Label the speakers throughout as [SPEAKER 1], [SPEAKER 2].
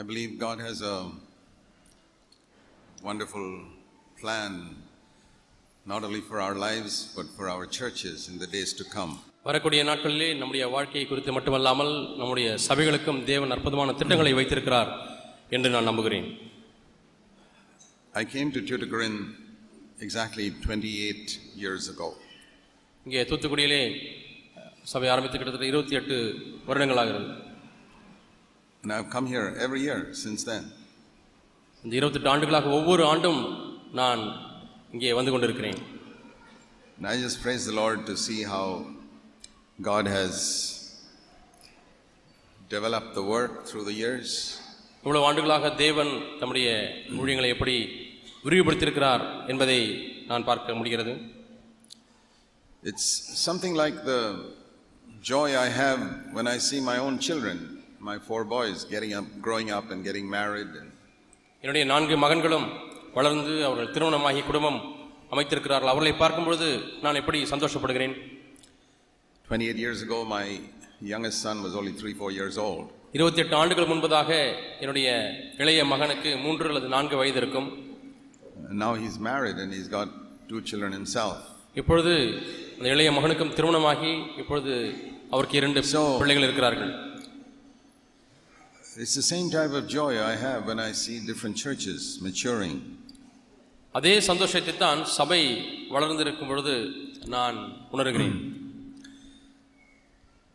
[SPEAKER 1] I believe God has a wonderful plan, not only for our lives, but for our churches in the days to come.
[SPEAKER 2] வரக்கூடிய நாட்களிலே நம்முடைய வாழ்க்கையை குறித்து மட்டுமல்லாமல் நம்முடைய சபைகளுக்கும் தேவன் அற்புதமான திட்டங்களை வைத்திருக்கிறார் என்று நான் நம்புகிறேன்
[SPEAKER 1] I came to Tuticorin exactly 28 years ago.
[SPEAKER 2] இங்கே தூத்துக்குடியிலே சபை ஆரம்பித்து கிட்டத்தட்ட இருபத்தி எட்டு வருடங்களாகிறது
[SPEAKER 1] And I've come here every year since then.
[SPEAKER 2] இந்த இருபத்தெட்டு ஆண்டுகளாக ஒவ்வொரு ஆண்டும் நான் இங்கே வந்து கொண்டிருக்கிறேன்
[SPEAKER 1] And I just praise the Lord to see how God has developed the work through the years.
[SPEAKER 2] இவ்வளவு ஆண்டுகளாக தேவன் தம்முடைய ஊழியங்களை எப்படி விரிவுபடுத்தியிருக்கிறார் என்பதை நான் பார்க்க முடிகிறது
[SPEAKER 1] It's something like the joy I have when I see my own children, my four boys, getting up, growing up, and getting married. And
[SPEAKER 2] என்னுடைய நான்கு மகன்களும் வளர்ந்து அவர்கள் திருமணமாகி குடும்பம் அமைத்திருக்கிறார்கள் அவர்களை பார்க்கும் பொழுது நான் எப்படி சந்தோஷப்படுகிறேன்
[SPEAKER 1] 28 years ago, my youngest son was only three, four years old.
[SPEAKER 2] இருபத்தி எட்டு ஆண்டுகள் முன்பதாக என்னுடைய இளைய மகனுக்கு மூன்று அல்லது நான்கு வயது இருக்கும்
[SPEAKER 1] And now he's married and he's got two children himself.
[SPEAKER 2] இப்பொழுது அந்த இளைய மகனுக்கும் திருமணமாகி இப்பொழுது அவருக்கு இரண்டு பிள்ளைகள் இருக்கிறார்கள்
[SPEAKER 1] It's the same type of joy I have when I see different churches maturing.
[SPEAKER 2] அதே சந்தோஷத்தை தான் சபை வளர்ந்திருக்கும் பொழுது நான் உணர்கிறேன்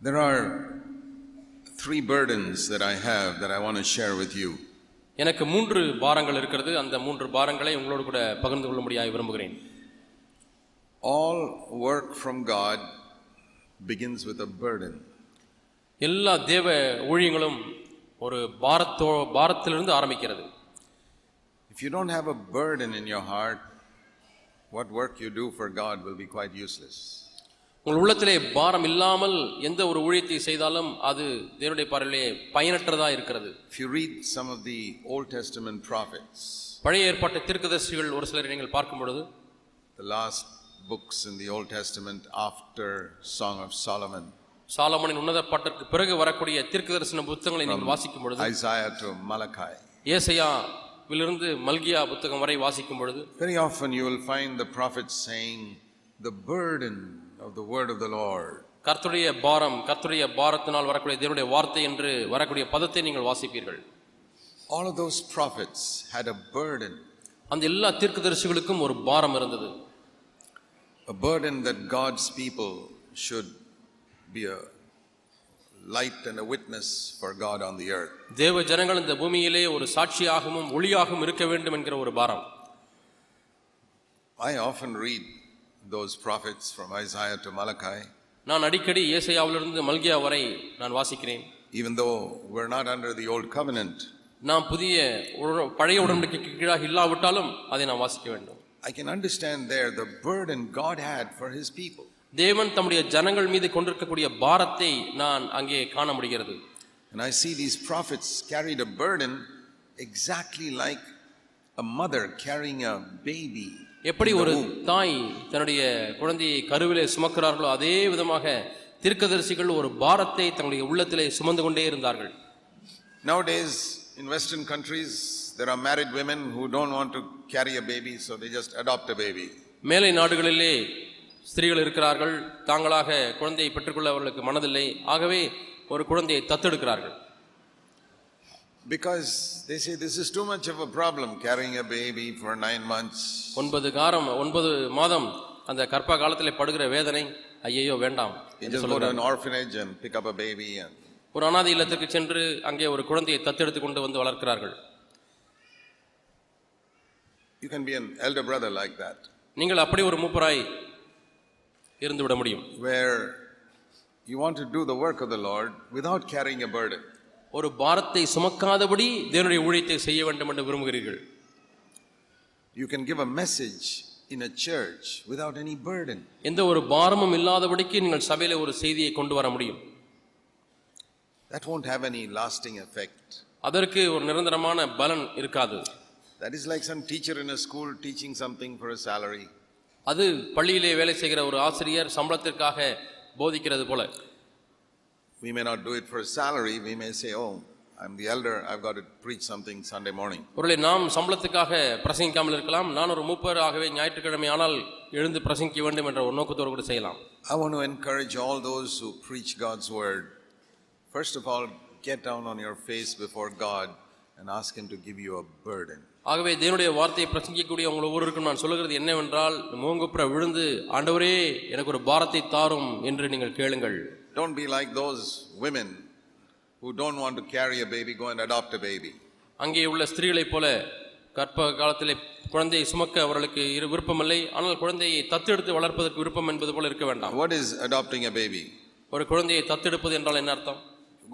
[SPEAKER 1] There are three burdens that I have that I want to share with you.
[SPEAKER 2] எனக்கு மூன்று பாரங்கள் இருக்கிறது அந்த மூன்று பாரங்களை உங்களோடு கூட பகிர்ந்து கொள்ள முடியாது விரும்புகிறேன்
[SPEAKER 1] All work from God begins with a burden.
[SPEAKER 2] எல்லா தேவ ஊழியங்களும் ஒரு பாரத்தோ பாரத்திலிருந்து ஆரம்பிக்கிறது
[SPEAKER 1] If you don't have a burden in your heart, what work you do for God will be quite useless.
[SPEAKER 2] உங்கள் உள்ளத்திலே பாரம் இல்லாமல் எந்த ஒரு ஊழியத்தை செய்தாலும் அது தேவனுடைய பார்வையிலே பயனற்றதா இருக்கிறது
[SPEAKER 1] If you read some of the Old Testament prophets,
[SPEAKER 2] பழைய ஏற்பாட்டு தீர்க்கதரிசிகள் ஒரு சிலரை நீங்கள் பார்க்கும் பொழுது
[SPEAKER 1] the last books in the Old Testament after Song of Solomon,
[SPEAKER 2] சாலமனின் உன்னத பாட்டிற்கு பிறகு வரக்கூடிய தீர்க்கதரிசன புத்தகங்களை நீங்கள் வாசிக்கும் பொழுது
[SPEAKER 1] Isaiah to Malachi,
[SPEAKER 2] ஏசையாவிலிருந்து மல்கியா புத்தகம் வரை வாசிக்கும் பொழுது
[SPEAKER 1] very often you will find the prophets saying, The burden of the word of the Lord.
[SPEAKER 2] கர்த்தருடைய பாரம் கர்த்தருடைய பாரத்தினால் வரக்கூடிய தேவனுடைய வார்த்தை என்று வரக்கூடிய பதத்தை நீங்கள் வாசிப்பீர்கள்
[SPEAKER 1] All of those prophets had a burden,
[SPEAKER 2] அந்த எல்லா தீர்க்கதரிசிகளுக்கும் ஒரு பாரம் இருந்தது
[SPEAKER 1] a burden that God's people should be a light and a witness for God on the earth.
[SPEAKER 2] தேவ ஜனங்கள் இந்த பூமியிலே ஒரு சாட்சியாகவும் ஒளியாகவும் இருக்க வேண்டும் என்கிற ஒரு பாரம்
[SPEAKER 1] I often read those prophets from Isaiah to Malachi,
[SPEAKER 2] நான் அடிக்கடி ஏசையாவிலிருந்து மல்கியா வரை நான் வாசிக்கிறேன்
[SPEAKER 1] even though we're not under the old covenant.
[SPEAKER 2] நாம் புதிய உட- பழைய உடன்படிக்கைக்கு கீழாக இல்லாவிட்டாலும் அதை நாம் வாசிக்க வேண்டும்
[SPEAKER 1] I can understand there the burden God had for his people.
[SPEAKER 2] தேவன் தம்முடைய ஜனங்கள் மீது கொண்டிருக்கக்கூடிய பாரத்தை நான் அங்கே காண முடிகிறது
[SPEAKER 1] And I see these prophets carried a burden exactly like a mother carrying a baby.
[SPEAKER 2] எப்படி ஒரு தாய் தன்னுடைய குழந்தையை கருவிலே சுமக்கிறார்களோ அதே விதமாக தீர்க்கதரிசிகள் ஒரு பாரத்தை தங்களுடைய உள்ளத்திலே சுமந்து கொண்டே இருந்தார்கள்
[SPEAKER 1] Nowadays, in Western countries, there are married women who don't want to carry a baby, so they just adopt a baby.
[SPEAKER 2] மேலை நாடுகளிலே ஸ்திரீகள் இருக்கிறார்கள் தாங்களாக குழந்தையை பெற்றுக்கொள்ள அவர்களுக்கு மனதில்லை ஆகவே ஒரு குழந்தையை தத்தெடுக்கிறார்கள்
[SPEAKER 1] Because they say this is too much of a problem carrying a baby for nine months.
[SPEAKER 2] ஒன்பது காரம் ஒன்பது மாதம் அந்த கற்ப காலத்தில் படுகிற வேதனை ஐயையோ வேண்டாம்
[SPEAKER 1] You just go to an orphanage and pick up a baby. And
[SPEAKER 2] ஒரு அனாதை இல்லத்துக்கு சென்று அங்கே ஒரு குழந்தையை தத்தெடுத்து கொண்டு வந்து வளர்க்கிறார்கள்
[SPEAKER 1] you can be an elder brother like that,
[SPEAKER 2] நீங்கள் அப்படி ஒரு மூப்பராய் இருந்து விட முடியும்
[SPEAKER 1] where you want to do the work of the Lord without carrying a burden.
[SPEAKER 2] ஒரு பாரத்தை சுமக்காதபடி தேவனுடைய ஊழியத்தை செய்ய வேண்டும் என்று விரும்புகிறீர்கள்
[SPEAKER 1] You can give a message in a church without any burden.
[SPEAKER 2] எந்த ஒரு பாரமும் இல்லாதபடிக்கு நீங்கள் சபையில ஒரு செய்தியை கொண்டு வர முடியும்
[SPEAKER 1] That won't have any lasting effect.
[SPEAKER 2] அதற்கு ஒரு நிரந்தரமான பலன் இருக்காது
[SPEAKER 1] That is like some teacher in a school teaching something for a salary.
[SPEAKER 2] அது பள்ளியிலே வேலை செய்கிற ஒரு ஆசிரியர் சம்பளத்திற்காக போதிக்கிறது போல
[SPEAKER 1] We may not do it for a salary, we may say, oh, I'm the elder, I've got to preach something Sunday morning.
[SPEAKER 2] ஒருவேளை நாம் சம்பளத்துக்காக பிரசங்கிக்காமல் இருக்கலாம் நான் ஒரு மூப்பர் ஆகவே ஞாயிற்றுக்கிழமை ஆனால் எழுந்து பிரசங்கிக்க வேண்டும் என்ற ஒரு நோக்கத்தோடு கூட செய்யலாம்
[SPEAKER 1] I want to encourage all those who preach God's word. First of all, get down on your face before God and ask Him to give you a burden.
[SPEAKER 2] ஆகவே தேவனுடைய வார்த்தையை பிரசங்கிக்கக்கூடிய உங்கள் ஒவ்வொருவருக்கும் நான் சொல்லுகிறது என்னவென்றால் மூங்குப்புற விழுந்து ஆண்டவரே எனக்கு ஒரு பாரத்தை தாரும் என்று நீங்கள் கேளுங்கள்
[SPEAKER 1] Don't be like those women who don't want to carry a baby, go and adopt a baby.
[SPEAKER 2] அங்கே உள்ள ஸ்திரீகளைப் போல கற்ப காலத்திலே குழந்தையை சுமக்க அவர்களுக்கு இரு விருப்பமில்லை ஆனால் குழந்தையை தத்தெடுத்து வளர்ப்பதற்கு விருப்பம் என்பது போல இருக்க வேண்டாம்
[SPEAKER 1] What is adopting a baby?
[SPEAKER 2] ஒரு குழந்தையை தத்தெடுப்பது என்றால் என்ன அர்த்தம்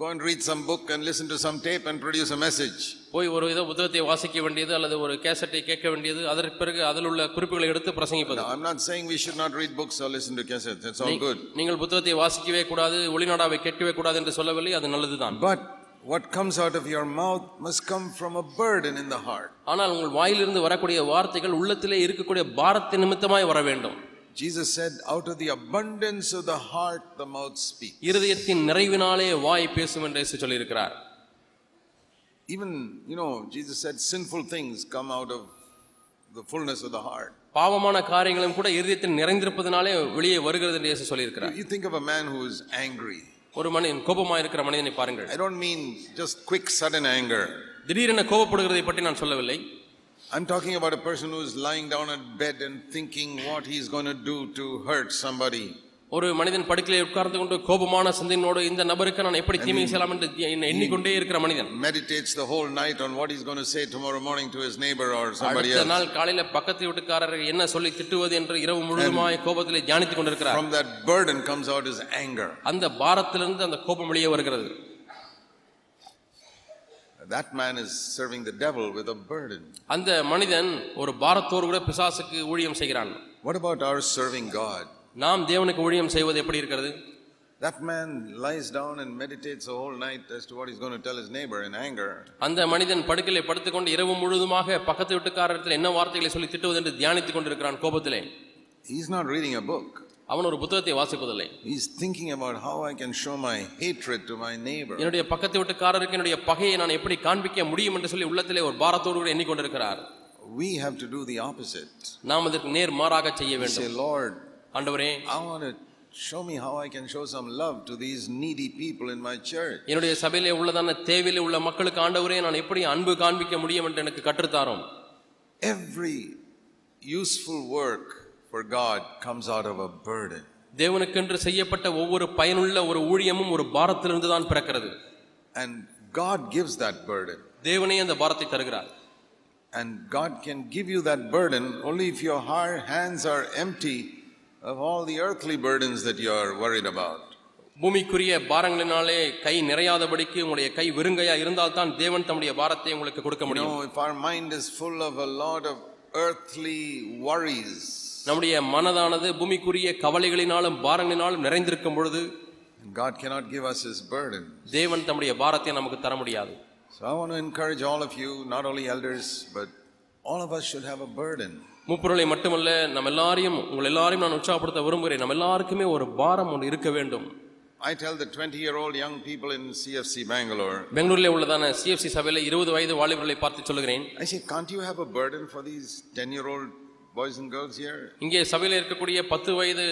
[SPEAKER 1] Go and read some book and listen to some tape and produce a message.
[SPEAKER 2] போய் ஒரு வித புத்தகத்தை வாசிக்க வேண்டியது அல்லது ஒரு கேசட்டை கேட்க வேண்டியது அதற்கு பிறகு அதில் உள்ள குறிப்புகளை எடுத்து பிரசங்கிப்பது
[SPEAKER 1] Now, I'm not saying we should not read books or listen to cassettes, that's all good.
[SPEAKER 2] நீங்கள் புத்தகத்தை வாசிக்கவே கூடாது ஒளிநாடாவை கேட்கவே கூடாது என்று சொல்லவில்லை அது நல்லதுதான்
[SPEAKER 1] But what comes out of your mouth must come from a burden in the heart.
[SPEAKER 2] ஆனால் உங்கள் வாயிலிருந்து வரக்கூடிய வார்த்தைகள் உள்ளத்திலே இருக்கக்கூடிய பாரத்தை நிமித்தமாய் வர வேண்டும்
[SPEAKER 1] Jesus said, Out of the abundance of the heart, the mouth speaks.
[SPEAKER 2] இருதயத்தின் நிறைவினாலே வாய் பேசும் என்று இயேசு சொல்லியிருக்கிறார்
[SPEAKER 1] Even, you know, Jesus said, Sinful things come out of the fullness of the heart.
[SPEAKER 2] பாவமான காரியங்களும் கூட இருதயத்தில் நிறைந்திருப்பதனாலே வெளியே வருகிறது என்று இயேசு சொல்லியிருக்கிறார்
[SPEAKER 1] You think of a man who is angry.
[SPEAKER 2] ஒரு மனிதன் கோபமாக இருக்கிற மனிதனை பாருங்கள்
[SPEAKER 1] I don't mean just quick, sudden anger.
[SPEAKER 2] திடீரென கோபப்படுகிறதை பற்றி நான் சொல்லவில்லை
[SPEAKER 1] I'm talking about a person who is lying down at bed and thinking what he's going to do to hurt somebody.
[SPEAKER 2] ஒரு மனிதன் படுக்கையிலே உட்கார்ந்து கொண்டு கோபமான சிந்தனையோடு இந்த நபருக்கு நான் எப்படி தீமை செய்யலாம் என்று எண்ணி- எண்ணிக்கொண்டே இருக்கிற மனிதன்
[SPEAKER 1] Meditates the whole night on what he's going to say tomorrow morning to his neighbor or somebody
[SPEAKER 2] அடுத்த
[SPEAKER 1] else.
[SPEAKER 2] நாள் காலையில பக்கத்து வீட்டுக்காரர் என்ன சொல்லி திட்டுவது என்று இரவு முழுவதுமாய் கோபத்திலே தியானித்துக் கொண்டிருக்கிறார்
[SPEAKER 1] From that burden comes out his anger.
[SPEAKER 2] அந்த பாரத்திலிருந்து அந்த கோபம் வெளியே வருகிறது
[SPEAKER 1] That man is serving the devil with a burden.
[SPEAKER 2] அந்த மனிதன் ஒரு பாரத்தோடு கூட பிசாசுக்கு ஊழியம் செய்கிறான்
[SPEAKER 1] What about our serving God?
[SPEAKER 2] நாம் தேவனுக்கு ஊழியம் செய்வது எப்படி இருக்கிறது
[SPEAKER 1] That man lies down and meditates the whole night as to what he's going to tell his neighbor in anger.
[SPEAKER 2] அந்த மனிதன் படுக்கையிலே படுத்துக்கொண்டு இரவு முழுவதுமாக பக்கத்து வீட்டுக்காரத்தில் என்ன வார்த்தைகளை சொல்லி திட்டுவது என்று தியானித்துக் கொண்டிருக்கிறான் கோபத்திலே
[SPEAKER 1] He's not reading a book.
[SPEAKER 2] அவன் ஒரு புத்தகத்தை வாசிப்பதில்லை
[SPEAKER 1] He's thinking about how I can show my hatred to my neighbor.
[SPEAKER 2] என்னுடைய பக்கத்து வீட்டுக்காரருக்கு என்னுடைய பகையை நான் எப்படி காண்பிக்க முடியும் என்று சொல்லி உள்ளத்திலே ஒரு பாரத்தோடு கூட எண்ணிக்கொண்டிருக்கிறார்
[SPEAKER 1] We have to do the opposite.
[SPEAKER 2] நாம் அதற்கு நேர் மாறாக செய்ய வேண்டும்
[SPEAKER 1] Say, Lord,
[SPEAKER 2] ஆண்டவரே
[SPEAKER 1] I want to show me how I can show some love to these needy people in my church.
[SPEAKER 2] என்னுடைய சபையிலே உள்ளதான தேவையிலே உள்ள மக்களுக்கு ஆண்டவரே நான் எப்படி அன்பு காண்பிக்க முடியும் என்று எனக்கு கற்றுத்தாரும்
[SPEAKER 1] Every useful work for God comes out of a burden.
[SPEAKER 2] தேவனுக்கென்று செய்யப்பட்ட ஒவ்வொரு பயனுள்ள ஒரு ஊழியமும் ஒரு பாரத்திலிருந்து தான் பிறக்கிறது
[SPEAKER 1] And God gives that burden.
[SPEAKER 2] தேவனே அந்த பாரத்தை தருகிறார்
[SPEAKER 1] And God can give you that burden only if your heart, hands are empty of all the earthly burdens that you are worried about.
[SPEAKER 2] பூமிக்குரிய பாரங்களினாலே கை நிறையாதபடிக்கு உங்களுடைய கை வெறுங்கையா இருந்தால்தான் தேவன் தம்முடைய பாரத்தை உங்களுக்கு கொடுக்க
[SPEAKER 1] You
[SPEAKER 2] முடியும்
[SPEAKER 1] know, if our mind is full of a lot of earthly worries,
[SPEAKER 2] நம்முடைய மனதானது பூமிக்குரிய கவலைகளினாலும் பாரங்களினாலும் நிறைந்திருக்கும் பொழுது
[SPEAKER 1] God cannot give us His burden.
[SPEAKER 2] தேவன் தம்முடைய பாரத்தை நமக்கு தர முடியாது
[SPEAKER 1] So I want to encourage all of you, not only elders, but all of us should have a burden.
[SPEAKER 2] முப்புரலை மட்டுமல்ல நம்ம எல்லாரையும் உங்கள் எல்லாரையும் நான் உற்சாகப்படுத்த விரும்புகிறேன் நம்ம எல்லாருக்குமே ஒரு பாரம் ஒன்று இருக்க வேண்டும்
[SPEAKER 1] I tell the 20 year old young people in CFC Bangalore,
[SPEAKER 2] பெங்களூரில் உள்ளதான சிஎஃப்சி சபையில் இருபது வயது வாலிபர்களை பார்த்து சொல்லுகிறேன்
[SPEAKER 1] I say, can't you have a burden for these 10 year old boys and girls here?
[SPEAKER 2] இங்கே சபையில் இருக்கக்கூடிய பத்து வயது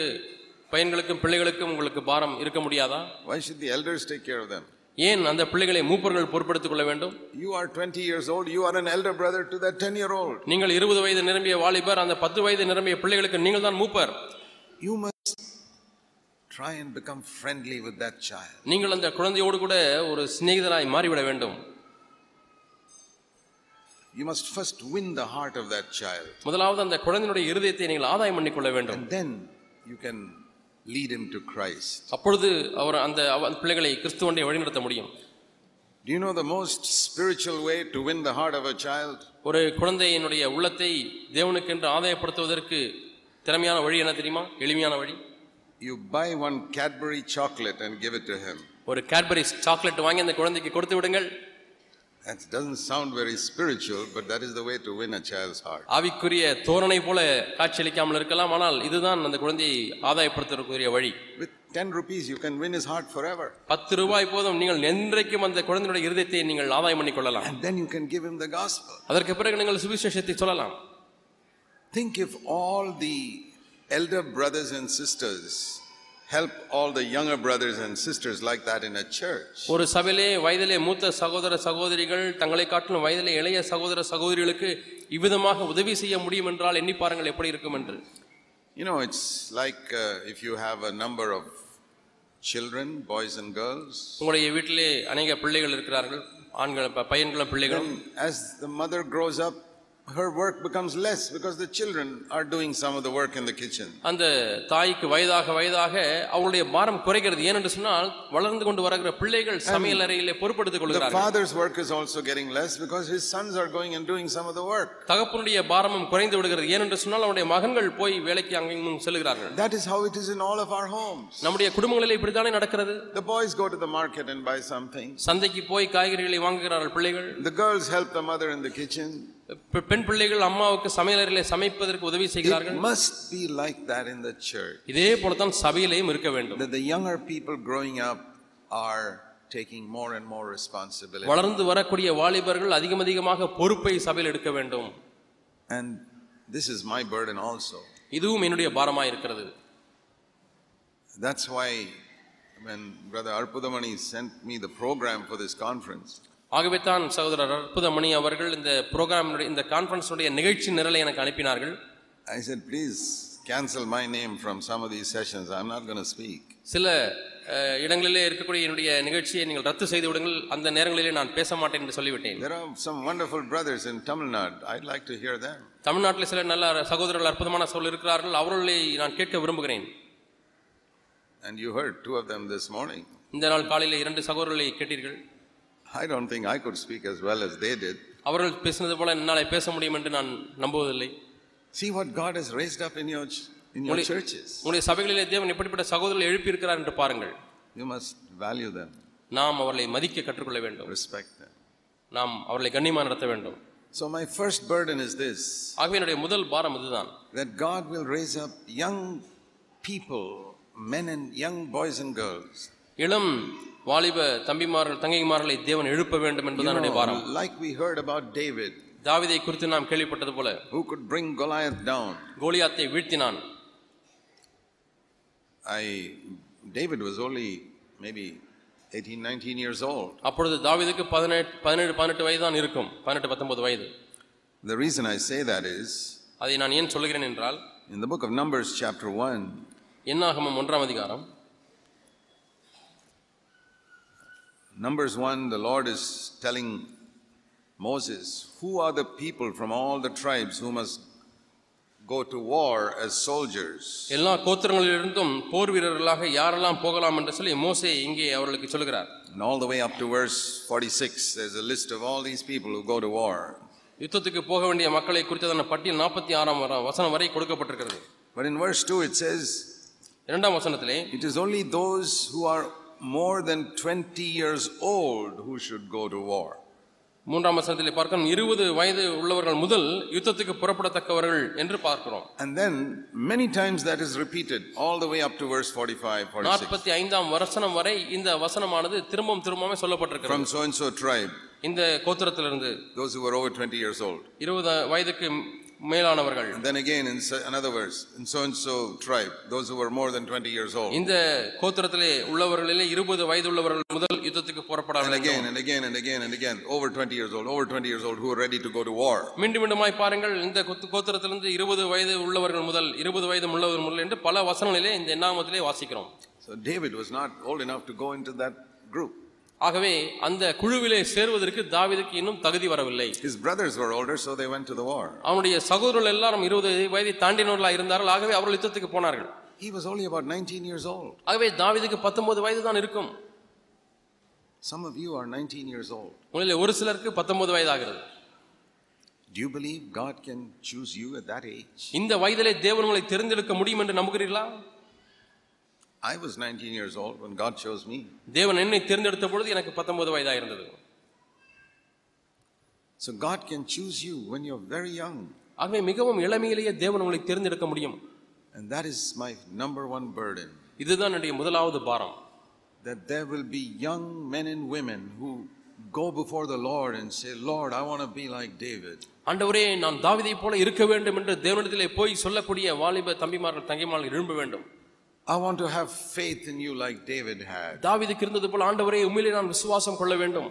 [SPEAKER 2] பையன்களுக்கும் பிள்ளைகளுக்கும் உங்களுக்கு பாரம் இருக்க முடியாதா
[SPEAKER 1] Why should the elders take care of them?
[SPEAKER 2] ஏன் அந்த பிள்ளைகளை மூப்பர்கள் பொறுப்படுத்திக் கொள்ள வேண்டும்
[SPEAKER 1] You are 20 years old, you are an elder brother to that 10 year old.
[SPEAKER 2] நீங்கள் இருபது வயது நிரம்பிய வாலிபர் அந்த பத்து வயது நிரம்பிய பிள்ளைகளுக்கு நீங்கள் தான் மூப்பர்
[SPEAKER 1] You must try and become friendly with that child.
[SPEAKER 2] நீங்கள் அந்த குழந்தையோடு கூட ஒரு சிநேகிதனாய் மாறிவிட வேண்டும்
[SPEAKER 1] You must first win the heart of that child,
[SPEAKER 2] முதலாவது அந்த குழந்தையினுடைய இருதயத்தை நீங்கள் ஆதாயம் பண்ணிக்கொள்ள வேண்டும்
[SPEAKER 1] and then you can lead him to Christ.
[SPEAKER 2] அப்பொழுது அவர் அந்த அவ- அந்த பிள்ளைகளை கிறிஸ்துவண்டை வழிநடத்த முடியும்
[SPEAKER 1] Do you know the most spiritual way to win the heart of a child?
[SPEAKER 2] ஒரு குழந்தையினுடைய உள்ளத்தை தேவனுக்கென்று ஆதாயப்படுத்துவதற்கு திறமையான வழி என்ன தெரியுமா எளிமையான வழி
[SPEAKER 1] You buy one Cadbury chocolate and give it to him.
[SPEAKER 2] ஒரு கேட்பரிஸ் சாக்லேட் வாங்கி அந்த குழந்தைக்கு கொடுத்து விடுங்கள்
[SPEAKER 1] That doesn't sound very spiritual, but that is the way to win a child's heart.
[SPEAKER 2] ஆவிக்குரிய தோரணை போல காட்சியளிக்காமல் இருக்கலாம் ஆனால் இதுதான் அந்த குழந்தையை ஆதாயப்படுத்துறதுக்குரிய வழி
[SPEAKER 1] With 10 rupees, you can win his heart forever.
[SPEAKER 2] பத்து ரூபாய் போதும் நீங்கள் என்றைக்கும் அந்த குழந்தையுடைய இருதயத்தை நீங்கள் ஆதாயம் பண்ணிக் கொள்ளலாம்
[SPEAKER 1] And then you can give him the gospel.
[SPEAKER 2] அதற்கு பிறகு நீங்கள் சுவிசேஷத்தை சொல்லலாம்
[SPEAKER 1] Think if all the elder brothers and sisters help all the younger brothers and sisters like that in a church.
[SPEAKER 2] ஒரு சபையிலே வயதிலே மூத்த சகோதர சகோதரிகள் தங்களை காட்டிலும் வயதிலே இளைய சகோதர சகோதரிகளுக்கு இவ்விதமாக உதவி செய்ய முடியும் என்றால் எண்ணி பாருங்கள் எப்படி இருக்கும் என்று
[SPEAKER 1] You know, it's like uh, if you have a number of children, boys and girls,
[SPEAKER 2] உங்களுடைய வீட்டிலே அநேக பிள்ளைகள் இருக்கிறார்கள் ஆண்கள் ப- பையன்களும் பிள்ளைகளும்
[SPEAKER 1] then as the mother grows up, her work becomes less because the children are doing some of the work in the kitchen.
[SPEAKER 2] அந்த தாய்க்கு வயதாக வயதாக அவளுடைய பாரம் குறைகிறது ஏனென்று சொன்னால் வளர்ந்து கொண்டு வருகிற பிள்ளைகள் சமையல் அறையிலே பொறுப்படுத்திக்
[SPEAKER 1] The
[SPEAKER 2] கொள்கிறார்கள்
[SPEAKER 1] father's work is also getting less because his sons are going and doing some of the work.
[SPEAKER 2] தகப்பனுடைய பாரமும் குறைந்து விடுகிறது ஏனென்று சொன்னால் அவருடைய மகன்கள் போய் வேலைக்கு அங்கெங்கும் செல்கிறார்கள்
[SPEAKER 1] That is how it is in all of our homes.
[SPEAKER 2] நம்முடைய குடும்பங்களில் இப்படித்தானே நடக்கிறது
[SPEAKER 1] The boys go to the market and buy some things.
[SPEAKER 2] சந்தைக்கு போய் காய்கறிகளை வாங்குகிறார்கள் பிள்ளைகள்
[SPEAKER 1] The girls help the mother in the kitchen.
[SPEAKER 2] பெ- பெண் பிள்ளைகள் அம்மாவுக்கு சமையலறையிலே சமைப்பதற்கு உதவி
[SPEAKER 1] It
[SPEAKER 2] செய்கிறார்கள்
[SPEAKER 1] must be like that in the church.
[SPEAKER 2] இதே போலத்தான் சபையிலையும் இருக்க வேண்டும்
[SPEAKER 1] That the younger people growing up are taking more and more responsibility.
[SPEAKER 2] வளர்ந்து வரக்கூடிய வாலிபர்கள் அதிகம் அதிகமாக பொறுப்பை சபையில் எடுக்க வேண்டும்
[SPEAKER 1] And this is my burden also.
[SPEAKER 2] இதுவும் என்னுடைய பாரமா இருக்கிறது
[SPEAKER 1] That's why when Brother Arpudamani sent me the program for this conference,
[SPEAKER 2] ஆகவே தான் சகோதரர் அற்புதமணி அவர்கள் இந்த ப்ரோக்ராமினுடைய இந்த கான்ஃபரன்ஸுடைய நிகழ்ச்சி நிரலை எனக்கு அனுப்பினார்கள்
[SPEAKER 1] I said, please cancel my name from some of these sessions. I'm not going to speak.
[SPEAKER 2] சில அஹ், இடங்களிலே இருக்கக்கூடிய என்னுடைய நிகழ்ச்சியை நீங்கள் ரத்து செய்து விடுங்கள் அந்த நேரங்களிலே நான் பேச மாட்டேன் என்று சொல்லிவிட்டேன்
[SPEAKER 1] There are some wonderful brothers in Tamil Nadu. I'd like to hear them.
[SPEAKER 2] தமிழ்நாட்டில் சில நல்ல சகோதரர்கள் அற்புதமான சொல் இருக்கிறார்கள் அவர்களை நான் கேட்க விரும்புகிறேன்
[SPEAKER 1] And you heard two of them this morning.
[SPEAKER 2] இந்த நாள் காலையில் இரண்டு சகோதரர்களை கேட்டீர்கள்
[SPEAKER 1] I don't think I could speak as well as they did.
[SPEAKER 2] அவர்கள் பேசினது போல என்னால் பேச முடியும் என்று நான் நம்புவதில்லை
[SPEAKER 1] See what God has raised up in your, ch- in your
[SPEAKER 2] Only-
[SPEAKER 1] churches.
[SPEAKER 2] உங்களுடைய சபைகளிலே தேவன் எப்படிப்பட்ட சகோதரர்களை எழுப்பியிருக்கிறார் என்று பாருங்கள்
[SPEAKER 1] You must value them,
[SPEAKER 2] நாம் அவர்களை மதிக்க கற்றுக்கொள்ள வேண்டும்
[SPEAKER 1] respect them.
[SPEAKER 2] நாம் அவர்களை கண்ணியமாக நடத்த வேண்டும்
[SPEAKER 1] So, my first burden is this
[SPEAKER 2] ஆகவே என்னுடைய முதல் பாரம் இதுதான்
[SPEAKER 1] that God will raise up young people, men and young boys and girls.
[SPEAKER 2] இளம் வாலிப தம்பிமார்கள் தங்கைமார்களை தேவன் எழுப்ப வேண்டும்
[SPEAKER 1] You
[SPEAKER 2] என்பதுதான் என்னுடைய
[SPEAKER 1] know,
[SPEAKER 2] பாரம்
[SPEAKER 1] like we heard about David,
[SPEAKER 2] தாவீதை குறித்து நாம் கேள்விப்பட்டது போல
[SPEAKER 1] who could bring Goliath down.
[SPEAKER 2] கோலியாத்தை வீழ்த்தினான்
[SPEAKER 1] I, David was only maybe 18, 19 years old.
[SPEAKER 2] அப்பொழுது தாவீதுக்கு பதினெட்டு பதினேழு பதினெட்டு வயது தான் இருக்கும் பதினெட்டு பத்தொன்பது வயது
[SPEAKER 1] The reason I say that is
[SPEAKER 2] அதை நான் ஏன் சொல்கிறேன் என்றால்
[SPEAKER 1] in the book of Numbers, chapter 1,
[SPEAKER 2] என்னாகமம் ஒன்றாம் அதிகாரம்
[SPEAKER 1] Numbers 1, the Lord is telling Moses, Who are the people from all the tribes who must go to war as soldiers?
[SPEAKER 2] எல்லா கோத்திரங்களிலிருந்தும் போர் வீரர்களாக யாரெல்லாம் போகலாம் என்று சொல்லி மோசே இங்கே அவர்களுக்கு சொல்கிறார்
[SPEAKER 1] And all the way up to verse 46, there's a list of all these people who go to war.
[SPEAKER 2] யுத்தத்துக்கு போக வேண்டிய மக்களை குறித்ததான பட்டியல் நாற்பத்தி ஆறாம் வர- வசனம் வரை கொடுக்கப்பட்டிருக்கிறது
[SPEAKER 1] But in verse 2, it says,
[SPEAKER 2] இரண்டாம் வசனத்திலே
[SPEAKER 1] It is only those who are more than 20 years old who should go to war.
[SPEAKER 2] மூன்றாம் வசனத்திலே பார்க்கிறோம் இருபது வயது உள்ளவர்கள் முதல் யுத்தத்துக்கு புறப்படத்தக்கவர்கள் என்று பார்க்கிறோம்
[SPEAKER 1] And then many times that is repeated, all the way up to verse 45, 46.
[SPEAKER 2] நாற்பத்தி ஐந்தாம் வசனம் வரை இந்த வசனமானது திரும்பவும் திரும்பவே சொல்லப்பட்டிருக்கிறது
[SPEAKER 1] From so and so tribe,
[SPEAKER 2] இந்த கோத்திரத்திலிருந்து
[SPEAKER 1] those who were over 20 years old.
[SPEAKER 2] இருபது வயதுக்கு மேலானவர்கள்
[SPEAKER 1] And then again, in so- another verse, in so and so tribe, those who were more than 20 years old.
[SPEAKER 2] இந்த கோத்திரத்திலே உள்ளவர்களிலே இருபது வயது உள்ளவர்கள் முதல் யுத்தத்துக்கு புறப்பட
[SPEAKER 1] And
[SPEAKER 2] வேண்டும்
[SPEAKER 1] again and again and again and again, over 20 years old, over 20 years old, who are ready to go to war.
[SPEAKER 2] மீண்டும் மீண்டுமாய் பாருங்கள் இந்த கொத்து- கோத்திரத்திலிருந்து இருபது வயது உள்ளவர்கள் முதல் இருபது வயது உள்ளவர் முதல் என்று பல வசனங்களிலே இந்த எண்ணாமத்திலே வாசிக்கிறோம்
[SPEAKER 1] So David was not old enough to go into that group.
[SPEAKER 2] ஆகவே அந்த குழுவிலே சேர்வதற்கு தாவீதுக்கு இன்னும் தகுதி வரவில்லை
[SPEAKER 1] His brothers were older, so they went to the war.
[SPEAKER 2] அவனுடைய சகோதரர்கள் எல்லாரும் இருபது வயதை தாண்டினவர்களாக இருந்தார்கள் ஆகவே அவர்கள் யுத்தத்துக்கு போனார்கள்
[SPEAKER 1] He was only about 19 years old.
[SPEAKER 2] ஆகவே தாவீதுக்கு பத்தொன்பது வயது தான் இருக்கும்
[SPEAKER 1] Some of you are 19 years old.
[SPEAKER 2] உங்களில் ஒரு சிலருக்கு பத்தொன்பது வயதாகிறது
[SPEAKER 1] Do you believe God can choose you at that age?
[SPEAKER 2] இந்த வயதிலே தேவன் உங்களை தெரிந்தெடுக்க முடியும் என்று நம்புகிறீர்களா
[SPEAKER 1] I was 19 years old when God chose me.
[SPEAKER 2] தேவன் என்னை தேர்ந்தெடுத்த பொழுது எனக்கு பத்தொன்பது வயதாக இருந்தது
[SPEAKER 1] So God can choose you when you're very young.
[SPEAKER 2] ஆகவே மிகவும் இளமையிலேயே தேவன் உங்களை தேர்ந்தெடுக்க முடியும்
[SPEAKER 1] And that is my number one burden.
[SPEAKER 2] இதுதான் என்னுடைய முதலாவது பாரம்
[SPEAKER 1] that there will be young men and women who go before the Lord and say, Lord, I want to be like David.
[SPEAKER 2] ஆண்டவரே நான் தாவீதைப் போல இருக்க வேண்டும் என்று தேவனிடத்திலே போய் சொல்லக்கூடிய வாலிப தம்பிமார்கள் தங்கைமார்கள் எழும்ப வேண்டும்
[SPEAKER 1] I want to have faith in you like David had.
[SPEAKER 2] தாவீதுக்கு இருந்தது போல ஆண்டவரே உண்மையிலே நான் விசுவாசம் கொள்ள வேண்டும்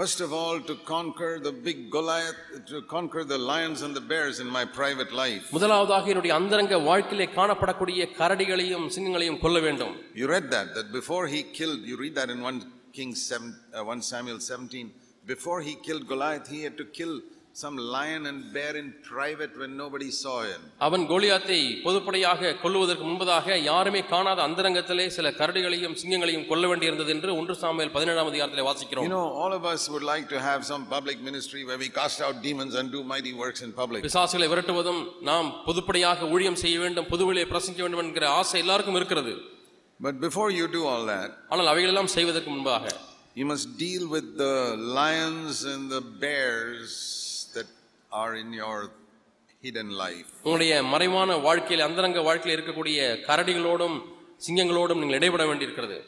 [SPEAKER 1] First of all, to conquer the big Goliath, to conquer the lions and the bears in my private life.
[SPEAKER 2] முதலாவதாக என்னுடைய அந்தரங்க வாழ்க்கையிலே காணப்படக்கூடிய கரடிகளையும் சிங்கங்களையும் கொல்ல வேண்டும்
[SPEAKER 1] You read that, that before he killed, you read that in 1 Kings 7, uh, 1 Samuel 17. Before he killed Goliath, he had to kill some lion and bear in private when nobody saw him.
[SPEAKER 2] அவன் கோலியாத்தை பொதுப்படையாக கொல்லுவதற்கு முன்பதாக யாருமே காணாத அந்தரங்கத்திலே சில கரடிகளையும் சிங்கங்களையும் கொல்ல வேண்டியிருந்தது என்று ஒன்று சாமுவேல் பதினேழாம் அதிகாரத்திலே
[SPEAKER 1] You
[SPEAKER 2] வாசிக்கிறோம்
[SPEAKER 1] know, all of us would like to have some public ministry where we cast out demons and do mighty works in public.
[SPEAKER 2] பிசாசுகளை விரட்டுவதும் நாம் பொதுப்படையாக ஊழியம் செய்ய வேண்டும் பொதுவிலே பிரசங்கிக்க வேண்டும் என்கிற ஆசை எல்லாருக்கும் இருக்கிறது
[SPEAKER 1] But before you do all that,
[SPEAKER 2] ஆனால் அவைகளெல்லாம் செய்வதற்கு முன்பாக
[SPEAKER 1] you must deal with the lions and the bears that are in your hidden life.
[SPEAKER 2] உங்களுடைய மறைவான வாழ்க்கையில் அந்தரங்க வாழ்க்கையில் இருக்கக்கூடிய கரடிகளோடும் சிங்கங்களோடும் நீங்கள் இடைபட வேண்டியிருக்கிறது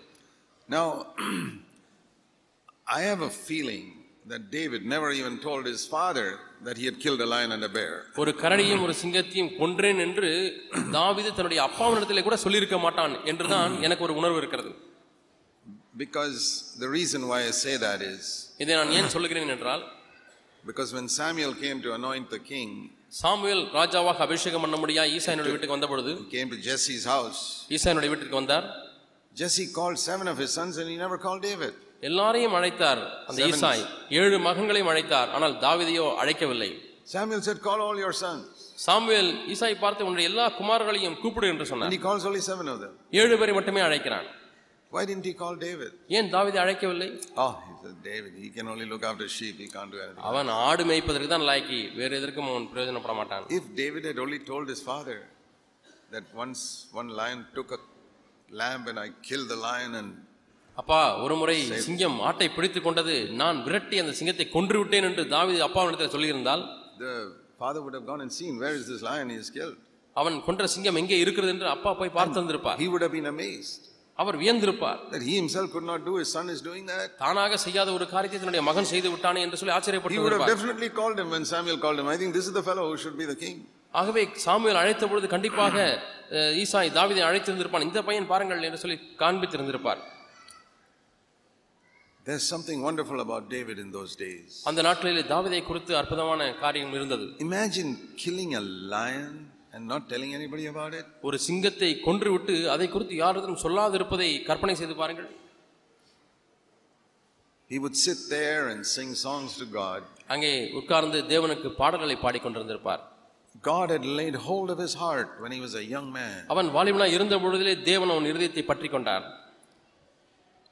[SPEAKER 1] Now, I have a feeling that David never even told his father that he had killed a lion and a bear.
[SPEAKER 2] ஒரு கரடியும் ஒரு சிங்கத்தையும் கொன்றேன் என்று தாவீது தன்னுடைய அப்பாவினிடத்திலே கூட சொல்லியிருக்க மாட்டான் என்றுதான் எனக்கு ஒரு உணர்வு இருக்கிறது
[SPEAKER 1] Because the reason why I say that is
[SPEAKER 2] இதை நான் ஏன் சொல்லுகிறேன் என்றால்
[SPEAKER 1] because when Samuel came to anoint the king,
[SPEAKER 2] Samuel ராஜாவாக அபிஷேகம் பண்ண முடியா ஈசாயனுடைய வீட்டுக்கு வந்த பொழுது
[SPEAKER 1] he came to Jesse's house.
[SPEAKER 2] ஈசாயனுடைய வீட்டுக்கு வந்தார்
[SPEAKER 1] Jesse called seven of his sons and he never called David.
[SPEAKER 2] எல்லாரையும் அழைத்தார் அந்த
[SPEAKER 1] Seven.
[SPEAKER 2] ஈசாய் ஏழு மகன்களையும் அழைத்தார் ஆனால் தாவீதையோ அழைக்கவில்லை
[SPEAKER 1] Samuel said, Call all your sons.
[SPEAKER 2] Samuel ஈசாய் பார்த்து உன்னுடைய எல்லா குமார்களையும் கூப்பிடு என்று
[SPEAKER 1] And
[SPEAKER 2] சொன்னார்
[SPEAKER 1] he calls only seven of them.
[SPEAKER 2] ஏழு பேரை மட்டுமே அழைக்கிறான்
[SPEAKER 1] Why didn't he call David?
[SPEAKER 2] ஏன் தாவீதை அழைக்கவில்லை
[SPEAKER 1] Oh, he said, David, he can only look after sheep, he can't do anything.
[SPEAKER 2] அவன் ஆடு மேய்ப்பதற்கு தான் லாய்க்கி வேறு எதற்கும் அவன் பிரயோஜனப்பட மாட்டான்
[SPEAKER 1] If David had only told his father that once one lion took a lamb and I killed the lion and
[SPEAKER 2] அப்பா ஒரு முறை சிங்கம் ஆட்டை பிடித்து கொண்டது நான் விரட்டி அந்த சிங்கத்தை கொன்று விட்டேன் என்று தாவீது அப்பாவிடத்தில் சொல்லியிருந்தால்
[SPEAKER 1] the father would have gone and seen where is this lion he has killed.
[SPEAKER 2] அவன் கொன்ற சிங்கம் எங்கே இருக்கிறது என்று அப்பா போய் பார்த்திருந்திருப்பார்
[SPEAKER 1] He would have been amazed
[SPEAKER 2] our வியந்திருப்பார்
[SPEAKER 1] that he himself could not do, his son is doing that.
[SPEAKER 2] தானாக செய்யாத ஒரு காரியத்தை தன்னுடைய மகன் செய்து விட்டானே என்று
[SPEAKER 1] He
[SPEAKER 2] சொல்லி
[SPEAKER 1] would have
[SPEAKER 2] ஆச்சரியப்பட்டிருப்பார்
[SPEAKER 1] definitely called him when Samuel called him. I think this is the fellow who should be the king.
[SPEAKER 2] ஆகவே சாமுவேல் அழைத்த பொழுது கண்டிப்பாக அஹ், ஈசாய் தாவீதை அழைத்திருந்திருப்பான் இந்த பையன் பாருங்கள் என்று சொல்லி காண்பித்திருந்திருப்பார்
[SPEAKER 1] There's something wonderful about David in those days.
[SPEAKER 2] அந்த நாட்களிலே தாவீதை குறித்து அற்புதமான காரியம் இருந்தது
[SPEAKER 1] Imagine killing a lion and not telling anybody about it.
[SPEAKER 2] ஒரு சிங்கத்தை கொன்றுவிட்டு அதை குறித்து யாரிடமும் சொல்லாதிருப்பதை கற்பனை செய்து பாருங்கள்
[SPEAKER 1] He would sit there and sing songs to God.
[SPEAKER 2] அங்கே உட்கார்ந்து தேவனுக்கு பாடல்களை பாடிக்கொண்டிருந்திருப்பார்
[SPEAKER 1] God had laid hold of his heart when he was a young man.
[SPEAKER 2] அவன் வாலிபனாய் இருந்த பொழுதிலே தேவன் அவன் இருதயத்தை பற்றி கொண்டார்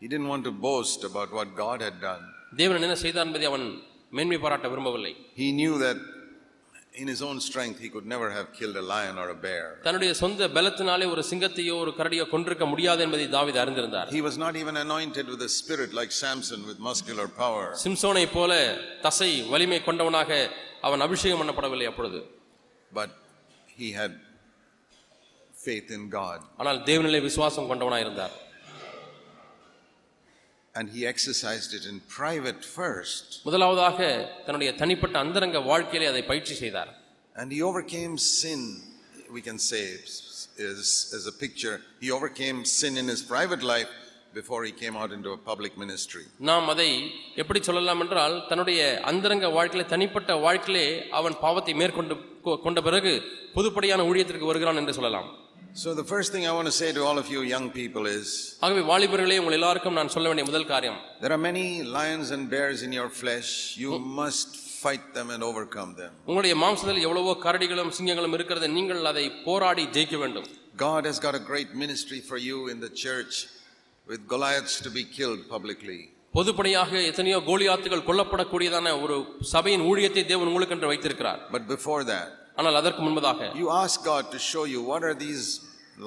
[SPEAKER 1] He didn't want to boast about what God had done.
[SPEAKER 2] தேவன் என்ன செய்தார் என்பதை அவன் மேன்மை பாராட்ட விரும்பவில்லை
[SPEAKER 1] He knew that in his own strength he could never have killed a lion or a bear.
[SPEAKER 2] தன்னுடைய சொந்த பலத்தினாலே ஒரு சிங்கத்தையோ ஒரு கரடியோ கொன்றிருக்க முடியாது என்பதை தாவீது அறிந்திருந்தார்
[SPEAKER 1] He was not even anointed with a spirit like Samson with muscular power.
[SPEAKER 2] சிம்சோனைப் போல தசை வலிமை கொண்டவனாக அவன் அபிஷேகம் பண்ணப்படவில்லை அப்பொழுது
[SPEAKER 1] But he had faith in God
[SPEAKER 2] ஆனால் தேவனிலே விசுவாசம் கொண்டவனாய் இருந்தார்
[SPEAKER 1] and he exercised it in private first.
[SPEAKER 2] முதலாவதாக தன்னுடைய தனிப்பட்ட அந்தரங்க வாழ்க்கையிலே அதை பயிற்சி செய்தார்
[SPEAKER 1] And he overcame sin, we can say, is, as a picture. He overcame sin in his private life before he came out into a public ministry.
[SPEAKER 2] நாம் அதை எப்படி சொல்லலாம் என்றால் தன்னுடைய அந்தரங்க வாழ்க்கையிலே தனிப்பட்ட வாழ்க்கையிலே அவன் பாவத்தை மேற்கொண்டு கொ- கொண்ட பிறகு பொதுப்படையான ஊழியத்திற்கு வருகிறான் என்று சொல்லலாம்
[SPEAKER 1] So, the first thing I want to say to all of you young people is
[SPEAKER 2] ஆகவே வாலிபர்களே உங்கள் எல்லாருக்கும் நான் சொல்ல வேண்டிய முதல் காரியம்
[SPEAKER 1] there are many lions and bears in your flesh. You must fight them and overcome them.
[SPEAKER 2] உங்களுடைய மாம்சத்தில் எவ்வளவோ கரடிகளும் சிங்கங்களும் இருக்கிறது நீங்கள் அதை போராடி ஜெயிக்க வேண்டும்
[SPEAKER 1] God has got a great ministry for you in the church with Goliaths to be killed publicly.
[SPEAKER 2] பொதுப்படையாக எத்தனையோ கோலியாத்துகள் கொல்லப்படக்கூடியதான ஒரு சபையின் ஊழியத்தை தேவன் உங்களுக்கு என்று வைத்திருக்கிறார்
[SPEAKER 1] But before that,
[SPEAKER 2] ஆனால் அதற்கு முன்பதாக
[SPEAKER 1] you ask God to show you what are these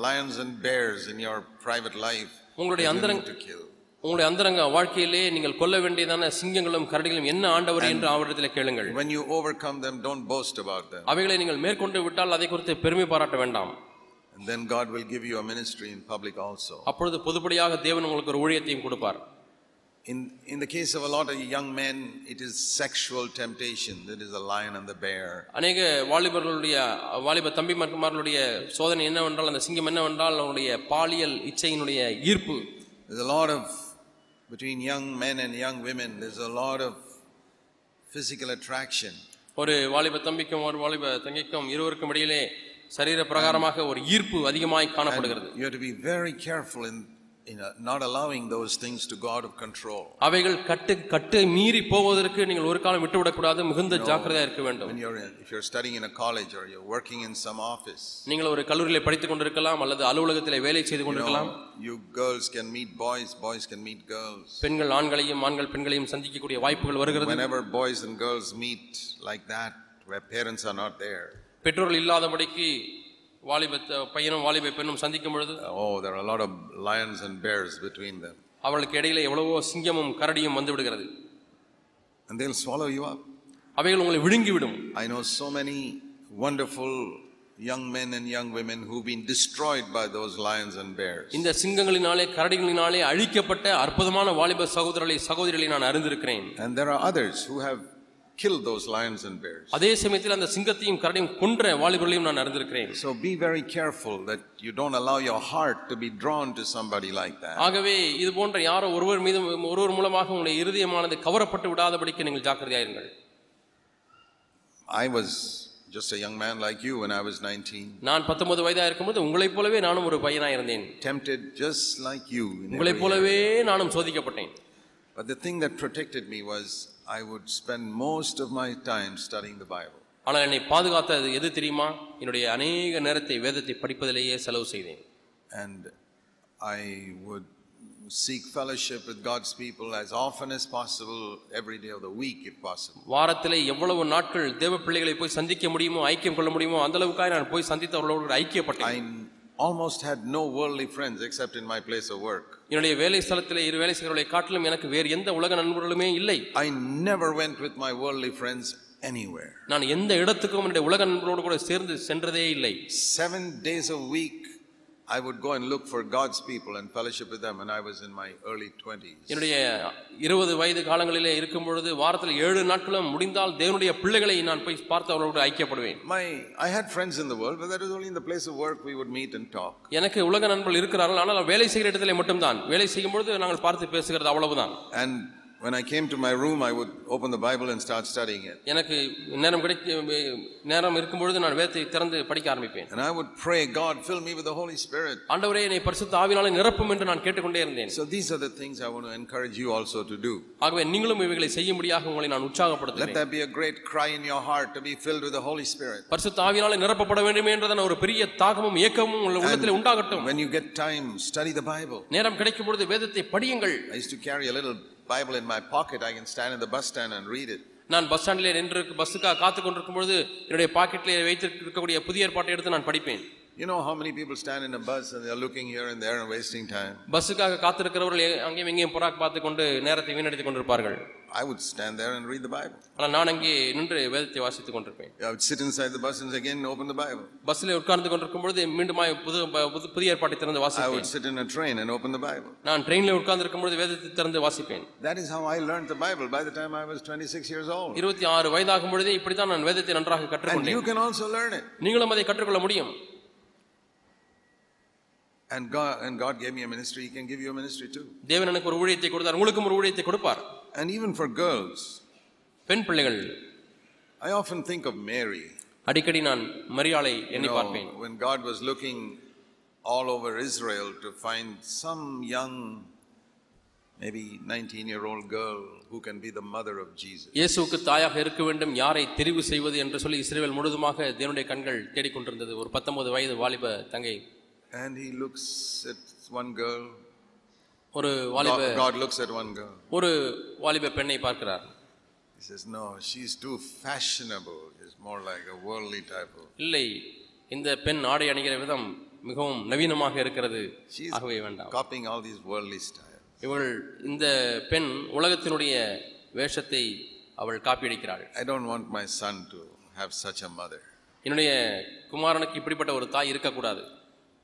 [SPEAKER 1] lions and bears in your private life
[SPEAKER 2] உங்களுடைய
[SPEAKER 1] that you
[SPEAKER 2] அந்தரங்க
[SPEAKER 1] need to kill.
[SPEAKER 2] உங்களுடைய அந்தரங்க வாழ்க்கையிலே நீங்கள் கொல்ல வேண்டியதான சிங்கங்களும் கரடிகளும் என்ன ஆண்டவர் என்று அவரிடத்தில் கேளுங்கள்
[SPEAKER 1] When you overcome them, don't boast about them.
[SPEAKER 2] அவைகளை நீங்கள் மேற்கொண்டு விட்டால் அதை குறித்து பெருமை பாராட்ட வேண்டாம்
[SPEAKER 1] And then God will give you a ministry in public also.
[SPEAKER 2] அப்பொழுது பொதுப்படியாக தேவன் உங்களுக்கு ஒரு ஊழியத்தையும் கொடுப்பார்
[SPEAKER 1] In, in the case of a lot of young men, it is sexual temptation. That is the lion and the bear.
[SPEAKER 2] அநேக வாலிபர்களுடைய வாலிப தம்பிமார்களுடைய சோதனை என்னவென்றால் அந்த சிங்கம் என்னவென்றால் அவனுடைய பாலியல் இச்சையினுடைய ஈர்ப்பு
[SPEAKER 1] There's a lot of, between young men and young women, there's a lot of physical attraction.
[SPEAKER 2] ஒரு வாலிப தம்பிக்கும் ஒரு வாலிப தங்கைக்கும் இருவருக்கும் இடையிலே சரீர பிரகாரமாக ஒரு ஈர்ப்பு அதிகமாய் காணப்படுகிறது
[SPEAKER 1] You have to be very careful in, in uh, not allowing those things to go out of control.
[SPEAKER 2] அவைகள் கட்டு கட்டு மீறி போவதற்கு நீங்கள் ஒரு காலம் விட்டுவிடக்கூடாது மிகுந்த ஜாக்கிரதையா இருக்க வேண்டும்
[SPEAKER 1] When you're in, if you're studying in a college or you're working in some office,
[SPEAKER 2] நீங்கள் ஒரு கல்லூரியில படித்துக் கொண்டிருக்கலாம் அல்லது அலுவலகத்திலே வேலை செய்து
[SPEAKER 1] you,
[SPEAKER 2] கொண்டிருக்கலாம்
[SPEAKER 1] know, you girls can meet boys, boys can meet girls.
[SPEAKER 2] பெண்கள் ஆண்களையும் ஆண்கள் பெண்களையும் சந்திக்கக்கூடிய வாய்ப்புகள் வருகிறது
[SPEAKER 1] Whenever boys and girls meet like that, where parents are not there,
[SPEAKER 2] பெற்றோர்கள் இல்லாதபடிக்கு வாலிப த- பையனும் வாலிப பெண்ணும் சந்திக்கும் பொழுது
[SPEAKER 1] oh, there are a lot of lions and bears between them.
[SPEAKER 2] அவளுக்கு இடையில எவ்வளவோ சிங்கமும் கரடியும் வந்து விடுகிறது
[SPEAKER 1] And they'll swallow you up.
[SPEAKER 2] அவைகள் உங்களை விழுங்கிவிடும்
[SPEAKER 1] I know so many wonderful young men and young women who've been destroyed by those lions and bears.
[SPEAKER 2] இந்த சிங்கங்களினாலே கரடிகளினாலே அழிக்கப்பட்ட அற்புதமான வாலிப சகோதரர்களை சகோதரிகளை நான் அறிந்திருக்கிறேன்
[SPEAKER 1] And there are others who have killed those lions and bears.
[SPEAKER 2] அதே சமயத்தில் அந்த சிங்கத்தையும் கரடியும் கொன்ற வாலிபர்களையும் நான் அறிந்திருக்கிறேன்
[SPEAKER 1] So be very careful that you don't allow your heart to be drawn to somebody like that.
[SPEAKER 2] ஆகவே இது போன்ற யாரோ ஒருவர் மீது ஒருவர் மூலமாக உங்களுடைய இருதயமானது கவரப்பட்டு விடாதபடிக்கு நீங்கள் ஜாக்கிரதையாயிருங்கள்
[SPEAKER 1] I was just a young man like you when I was 19,
[SPEAKER 2] நான் பத்தொன்பது வயதாக இருக்கும்போது உங்களைப் போலவே நானும் ஒரு பையனாக இருந்தேன்
[SPEAKER 1] tempted just like you. in
[SPEAKER 2] உங்களைப்
[SPEAKER 1] every
[SPEAKER 2] போலவே நானும் சோதிக்கப்பட்டேன்
[SPEAKER 1] area. But the thing that protected me was I would spend most of my time studying the Bible.
[SPEAKER 2] ஆனால் என்னை பாதுகாத்தது எது தெரியுமா என்னுடைய அநேக நேரத்தை வேதத்தை படிப்பதிலேயே செலவு செய்தேன்
[SPEAKER 1] And I would seek fellowship with God's people as often as possible, every day of the week if possible.
[SPEAKER 2] வாரத்திலே எவ்வளவு நாட்கள் தேவ பிள்ளைகளை போய் சந்திக்க முடியுமோ ஐக்கியம் கொள்ள முடியுமோ அந்த அளவுக்காக நான் போய் சந்தித்தவர்களோடு ஐக்கியப்பட்டேன்
[SPEAKER 1] I almost had no worldly friends except in my place of work.
[SPEAKER 2] என்னுடைய வேலை ஸ்தலத்திலே இரு வேலை செய்கிறவர்களை காட்டிலும் எனக்கு வேறு எந்த உலக நண்பர்களுமே இல்லை
[SPEAKER 1] I never went with my worldly friends anywhere.
[SPEAKER 2] நான் எந்த இடத்துக்கும் என்னுடைய உலக நண்பர்களோடு கூட சேர்ந்து சென்றதே இல்லை
[SPEAKER 1] Seven days a week, I would go and look for God's people and fellowship with them when I was in my early 20s.
[SPEAKER 2] என்னுடைய இருபது வயது காலங்களிலே இருக்கும் பொழுது வாரத்தில் ஏழு நாட்களும் முடிந்தால் தேவனுடைய பிள்ளைகளை நான் போய் பார்த்தவர்களோடு ஐக்கியப்படுவேன்
[SPEAKER 1] My, I had friends in the world, but that was only in the place of work we would meet and talk.
[SPEAKER 2] எனக்கு உலக நண்பர்கள் இருக்கிறார்கள் ஆனால் வேலை செய்கிற இடத்திலே மட்டும்தான் வேலை செய்யும் பொழுது நாங்கள் பார்த்து பேசுகிறது அவ்வளவுதான்
[SPEAKER 1] And when I came to my room, I would open the Bible and start studying it.
[SPEAKER 2] எனக்கு நேரம் கிடைக்க நேரம் இருக்கும் பொழுது நான் வேதத்தை திறந்து படிக்க ஆரம்பிப்பேன்
[SPEAKER 1] And I would pray, God, fill me with the Holy Spirit.
[SPEAKER 2] ஆண்டவரே என்னை பரிசுத்த ஆவினாலே நிரப்பும் என்று நான் கேட்டுக்கொண்டே இருந்தேன்
[SPEAKER 1] So these are the things I want to encourage you also to do.
[SPEAKER 2] ஆகவே நீங்களும் இவைகளை செய்யும்படியாக உங்களை நான்
[SPEAKER 1] Let
[SPEAKER 2] உற்சாகப்படுத்துகிறேன்
[SPEAKER 1] there be a great cry in your heart to be filled with the Holy Spirit.
[SPEAKER 2] பரிசுத்த ஆவினாலே நிரப்பப்பட வேண்டுமே என்றதான ஒரு பெரிய தாகமும் ஏக்கமும் உங்கள் உள்ளத்தில் உண்டாகட்டும்
[SPEAKER 1] When you get time, study the Bible.
[SPEAKER 2] நேரம் கிடைக்கும் பொழுது வேதத்தை படியுங்கள்
[SPEAKER 1] I used to carry a little Bible in my pocket. I can stand in the bus stand and read it.
[SPEAKER 2] நான் பஸ் ஸ்டாண்டிலே நின்று பஸ்ஸுக்காக காத்து கொண்டிருக்கும் பொழுது என்னுடைய பாக்கெட்டிலே வைத்து இருக்கக்கூடிய புதிய ஏற்பாட்டை எடுத்து நான் படிப்பேன்
[SPEAKER 1] You know how many people stand in a bus and they're looking here and there and wasting time?
[SPEAKER 2] பஸ்ஸுக்காக காத்திருக்கிறவர்கள் எ- அங்கேயும் இங்கேயும் புறாக் பார்த்து கொண்டு நேரத்தை வீணடித்துக் கொண்டிருப்பார்கள்
[SPEAKER 1] I would stand there and read the Bible.
[SPEAKER 2] ஆனால் நான் அங்கே நின்று வேதத்தை வாசித்துக் கொண்டிருப்பேன்
[SPEAKER 1] I would sit inside the bus and again open the Bible.
[SPEAKER 2] பஸ்ஸில் உட்கார்ந்து கொண்டிருக்கும் பொழுது மீண்டுமாய் புது ப- புது- புதிய ஏற்பாட்டை திறந்து
[SPEAKER 1] I
[SPEAKER 2] வாசிப்பேன்
[SPEAKER 1] would sit in a train and open the Bible.
[SPEAKER 2] நான் ட்ரெயினில் உட்கார்ந்திருக்கும் பொழுது வேதத்தை திறந்து வாசிப்பேன்
[SPEAKER 1] That is how I learned the Bible by the time I was 26 years old.
[SPEAKER 2] இருபத்தி ஆறு வயதாகும் பொழுதே இப்படித்தான் நான் வேதத்தை நன்றாக
[SPEAKER 1] And
[SPEAKER 2] கற்றுக்கொண்டேன்
[SPEAKER 1] you can also learn it.
[SPEAKER 2] நீங்களும் அதை கற்றுக்கொள்ள முடியும்
[SPEAKER 1] And God, and God gave me a ministry, He can give you a ministry too.
[SPEAKER 2] தேவன் எனக்கு ஒரு ஊழியத்தை கொடுத்தார் உங்களுக்கும் ஒரு ஊழியத்தை கொடுப்பார்
[SPEAKER 1] And even for girls,
[SPEAKER 2] பெண் பிள்ளைகள்
[SPEAKER 1] I often think of Mary.
[SPEAKER 2] அடிக்கடி நான் மரியாளை
[SPEAKER 1] You
[SPEAKER 2] எண்ணி
[SPEAKER 1] know,
[SPEAKER 2] பார்ப்பேன்
[SPEAKER 1] when God was looking all over Israel to find some young, maybe 19 year old girl who can be the mother of Jesus.
[SPEAKER 2] இயேசுவுக்கு தாயாக இருக்க வேண்டும் யாரை தெரிவு செய்வது என்று சொல்லி இஸ்ரேல் முழுதுமாக தேவனுடைய கண்கள் தேடிக்கொண்டிருந்தது ஒரு பத்தொன்பது வயது வாலிப தங்கை
[SPEAKER 1] And He looks at one girl,
[SPEAKER 2] ஒரு வாலிப
[SPEAKER 1] God, God looks at one girl.
[SPEAKER 2] ஒரு வாலிப பெண்ணை பார்க்கிறார்
[SPEAKER 1] He says, No, she's too fashionable. She's more like a worldly type of.
[SPEAKER 2] இல்லை இந்த பெண் ஆடை அணிகிற விதம் மிகவும் நவீனமாக இருக்கிறது
[SPEAKER 1] She's
[SPEAKER 2] ஆகவே வேண்டாம்
[SPEAKER 1] copying all these worldly styles.
[SPEAKER 2] இவள் இந்த பெண் உலகத்தினுடைய வேஷத்தை அவள் காப்பியடிக்கிறாள்
[SPEAKER 1] I don't want my son to have such a mother.
[SPEAKER 2] என்னுடைய குமாரனுக்கு இப்படிப்பட்ட ஒரு தாய் இருக்கக்கூடாது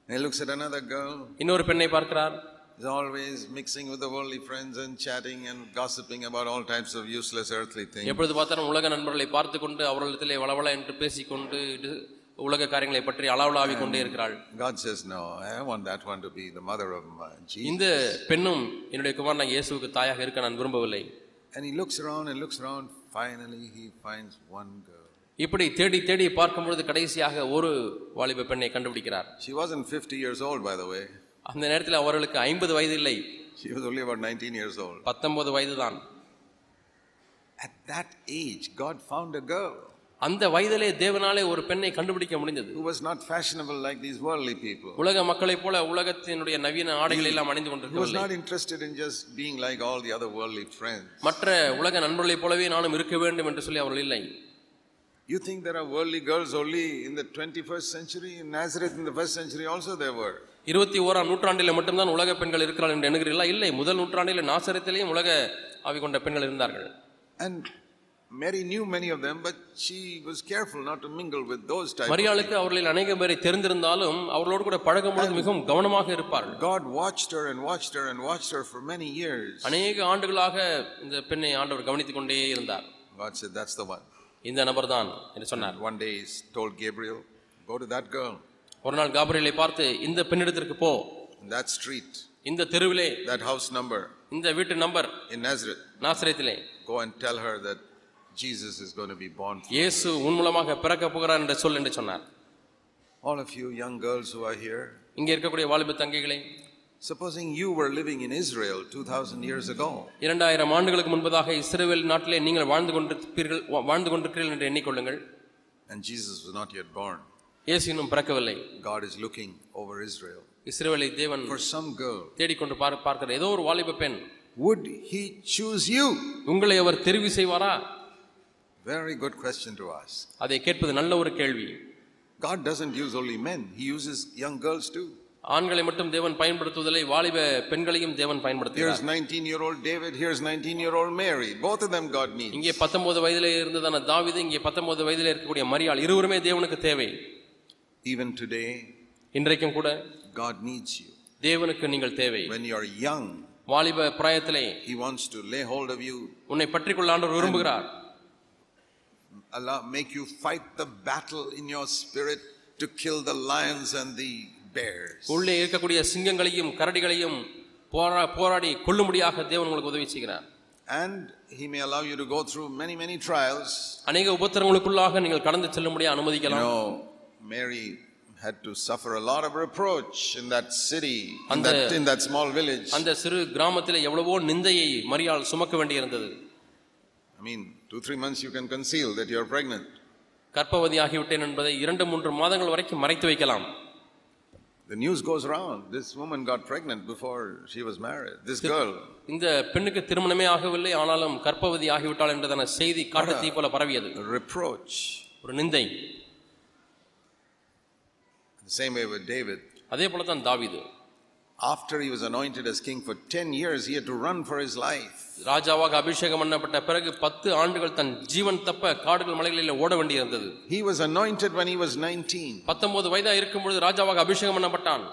[SPEAKER 1] And he looks at another girl,
[SPEAKER 2] இன்னொரு பெண்ணை பார்க்கிறார்
[SPEAKER 1] is always mixing with the worldly friends and chatting and gossiping about all types of useless earthly things.
[SPEAKER 2] எப்பொழுது பார்த்தாலும் உலக நண்பர்களை பார்த்து கொண்டு அவர்களிடத்திலே வளவள என்று பேசிக்கொண்டு இது- உலக காரியங்களை பற்றி அளவுலாவிக் கொண்டே இருக்கிறாள்
[SPEAKER 1] God says, No, I want that one to be the mother of my Jesus.
[SPEAKER 2] இந்த பெண்ணும் என்னுடைய குமாரன் இயேசுவுக்கு தாயாக இருக்க நான் விரும்பவில்லை
[SPEAKER 1] And he looks around and looks around. Finally, he finds one girl.
[SPEAKER 2] இப்படி தேடி தேடி பார்க்கும் பொழுது கடைசியாக ஒரு வாலிப பெண்ணை கண்டுபிடிக்கிறார்
[SPEAKER 1] She wasn't 50 years old, by the way.
[SPEAKER 2] அந்த நேரத்தில் அவர்களுக்கு ஐம்பது வயது இல்லை
[SPEAKER 1] She was only about 19 years old.
[SPEAKER 2] பத்தொன்பது வயதுதான்
[SPEAKER 1] At that age, God found a girl
[SPEAKER 2] அந்த வயதிலே தேவனாலே ஒரு பெண்ணை கண்டுபிடிக்க முடிந்தது
[SPEAKER 1] who was not fashionable like these worldly people,
[SPEAKER 2] உலக மக்களை போல உலகத்தினுடைய நவீன ஆடைகளை எல்லாம் அணிந்து
[SPEAKER 1] who was
[SPEAKER 2] கொண்டிருக்கவில்லை
[SPEAKER 1] not interested in just being like all the other worldly friends.
[SPEAKER 2] மற்ற உலக நண்பர்களைப் போலவே நானும் இருக்க வேண்டும் என்று சொல்லி அவர்கள் இல்லை
[SPEAKER 1] You think there are worldly girls only in the 21st century? In Nazareth, in the first century, also there were.
[SPEAKER 2] இருபத்தி ஓராம் நூற்றாண்டில் மட்டும்தான் உலக பெண்கள் இருக்கிறாள் என்று எண்ணுகிறீர்களா இல்லை முதல் நூற்றாண்டில் நாசரத்திலேயும் உலக ஆவி கொண்ட பெண்கள் இருந்தார்கள்
[SPEAKER 1] And Mary knew many of them, but she was careful not to mingle with those type. of-
[SPEAKER 2] மரியாளுக்கு அவர்களில் அநேக பேரை தெரிந்திருந்தாலும் அவர்களோடு கூட பழகும் பொழுது மிகவும் கவனமாக இருப்பார்கள்
[SPEAKER 1] God watched her and watched her and watched her for many years.
[SPEAKER 2] அநேக ஆண்டுகளாக இந்த பெண்ணை ஆண்டவர் கவனித்துக் கொண்டே இருந்தார்
[SPEAKER 1] God said, That's the one.
[SPEAKER 2] இந்த நபர் தான் என்று சொன்னார்
[SPEAKER 1] One day he told Gabriel, Go to that girl
[SPEAKER 2] ஒரு நாள் காபிரியலை பார்த்து இந்த பெண்ணிடத்திற்கு போ
[SPEAKER 1] in that street,
[SPEAKER 2] இந்த தெருவிலே
[SPEAKER 1] that house number
[SPEAKER 2] இந்த வீட்டு நம்பர்
[SPEAKER 1] in Nazareth.
[SPEAKER 2] நாசிரியத்திலே
[SPEAKER 1] Go and tell her that Jesus is going to be born. for you."
[SPEAKER 2] இயேசு உன் மூலமாக பிறக்க போகிறார் என்று சொல் என்று சொன்னார்
[SPEAKER 1] All of you young girls who are here,
[SPEAKER 2] இங்கே இருக்கக்கூடிய வாலிப தங்கைகளே
[SPEAKER 1] supposing you were living in Israel 2,000 years ago,
[SPEAKER 2] இரண்டாயிரம் ஆண்டுகளுக்கு முன்பதாக இஸ்ரேல் நாட்டிலே நீங்கள் வாழ்ந்து கொண்டிருப்பீர்கள் வா- வாழ்ந்து கொண்டிருக்கிறீர்கள் என்று எண்ணிக்கொள்ளுங்கள்
[SPEAKER 1] and Jesus was not yet born.
[SPEAKER 2] இயேசு இன்னும் பிறக்கவில்லை
[SPEAKER 1] God is looking over Israel
[SPEAKER 2] இஸ்ரேலை தேவன்
[SPEAKER 1] for some girl.
[SPEAKER 2] தேடிக்கொண்டு பார் பார்க்கிற ஏதோ ஒரு வாலிப பெண்
[SPEAKER 1] Would he choose you?
[SPEAKER 2] உங்களை அவர் தெரிவு செய்வாரா
[SPEAKER 1] Very good question to ask.
[SPEAKER 2] அதை கேட்பது நல்ல ஒரு கேள்வி
[SPEAKER 1] God doesn't use only men, he uses young girls too.
[SPEAKER 2] ஆண்களை மட்டும் தேவன் பயன்படுத்துவதில்லை வாலிப பெண்களையும் தேவன் பயன்படுத்துகிறார்
[SPEAKER 1] Here's 19 year old David, here's 19 year old Mary. Both of them God needs.
[SPEAKER 2] இங்கே பத்தொன்பது வயதிலே இருந்ததான தாவீது இங்கே பத்தொன்பது வயதிலே இருக்கக்கூடிய மரியாள் இருவருமே தேவனுக்கு தேவை
[SPEAKER 1] Even today,
[SPEAKER 2] இன்றைக்கும் கூட
[SPEAKER 1] God needs you.
[SPEAKER 2] தேவனுக்கு நீங்கள் தேவை
[SPEAKER 1] When you're young,
[SPEAKER 2] வாலிப பிராயத்திலே
[SPEAKER 1] he wants to lay hold of you,
[SPEAKER 2] உன்னை பற்றிக்கொள்ள ஆண்டவர் விரும்புகிறார்
[SPEAKER 1] allow, make you fight the battle in your spirit to kill the lions and the bears.
[SPEAKER 2] உள்ளே இருக்கக்கூடிய சிங்கங்களையும் கரடிகளையும் போரா போராடி கொள்ளும்படியாக தேவன் உங்களுக்கு உதவி செய்கிறார்
[SPEAKER 1] And he may allow you to go through many, many trials.
[SPEAKER 2] அநேக உபத்திரங்களுக்குள்ளாக நீங்கள் கடந்து செல்லும்படியாக
[SPEAKER 1] You
[SPEAKER 2] அனுமதிக்கலாம்
[SPEAKER 1] know, Mary had to suffer a lot of reproach in that city, in
[SPEAKER 2] அந்த-
[SPEAKER 1] that, in that small village.
[SPEAKER 2] அந்த சிறு கிராமத்தில் எவ்வளவோ நிந்தையை மரியாள் சுமக்க வேண்டியிருந்தது
[SPEAKER 1] I mean, two, three months you can conceal that you're pregnant.
[SPEAKER 2] கர்ப்பவதி ஆகிவிட்டேன் என்பதை இரண்டு மூன்று மாதங்கள் வரைக்கும் மறைத்து வைக்கலாம்
[SPEAKER 1] The news goes around. This woman got pregnant before she was married. This girl.
[SPEAKER 2] இந்த பெண்ணுக்கு திருமணமே ஆகவில்லை ஆனாலும் கர்ப்பவதி ஆகிவிட்டாள் என்றதான செய்தி காட்டுத்தீ போல பரவியது
[SPEAKER 1] A reproach.
[SPEAKER 2] ஒரு நிந்தை
[SPEAKER 1] The same way with David.
[SPEAKER 2] அதே போல தான் தாவீது
[SPEAKER 1] After he was anointed as king for 10 years, he had to run for his life.
[SPEAKER 2] ராஜாவாக அபிஷேகம் பண்ணப்பட்ட பிறகு பத்து ஆண்டுகள் தன் ஜீவன் தப்ப காடுகள் மலைகளில் ஓட வேண்டியிருந்தது
[SPEAKER 1] He was anointed when he was 19.
[SPEAKER 2] பத்தொன்பது வயதா இருக்கும் பொழுது ராஜாவாக அபிஷேகம் பண்ணப்பட்டான்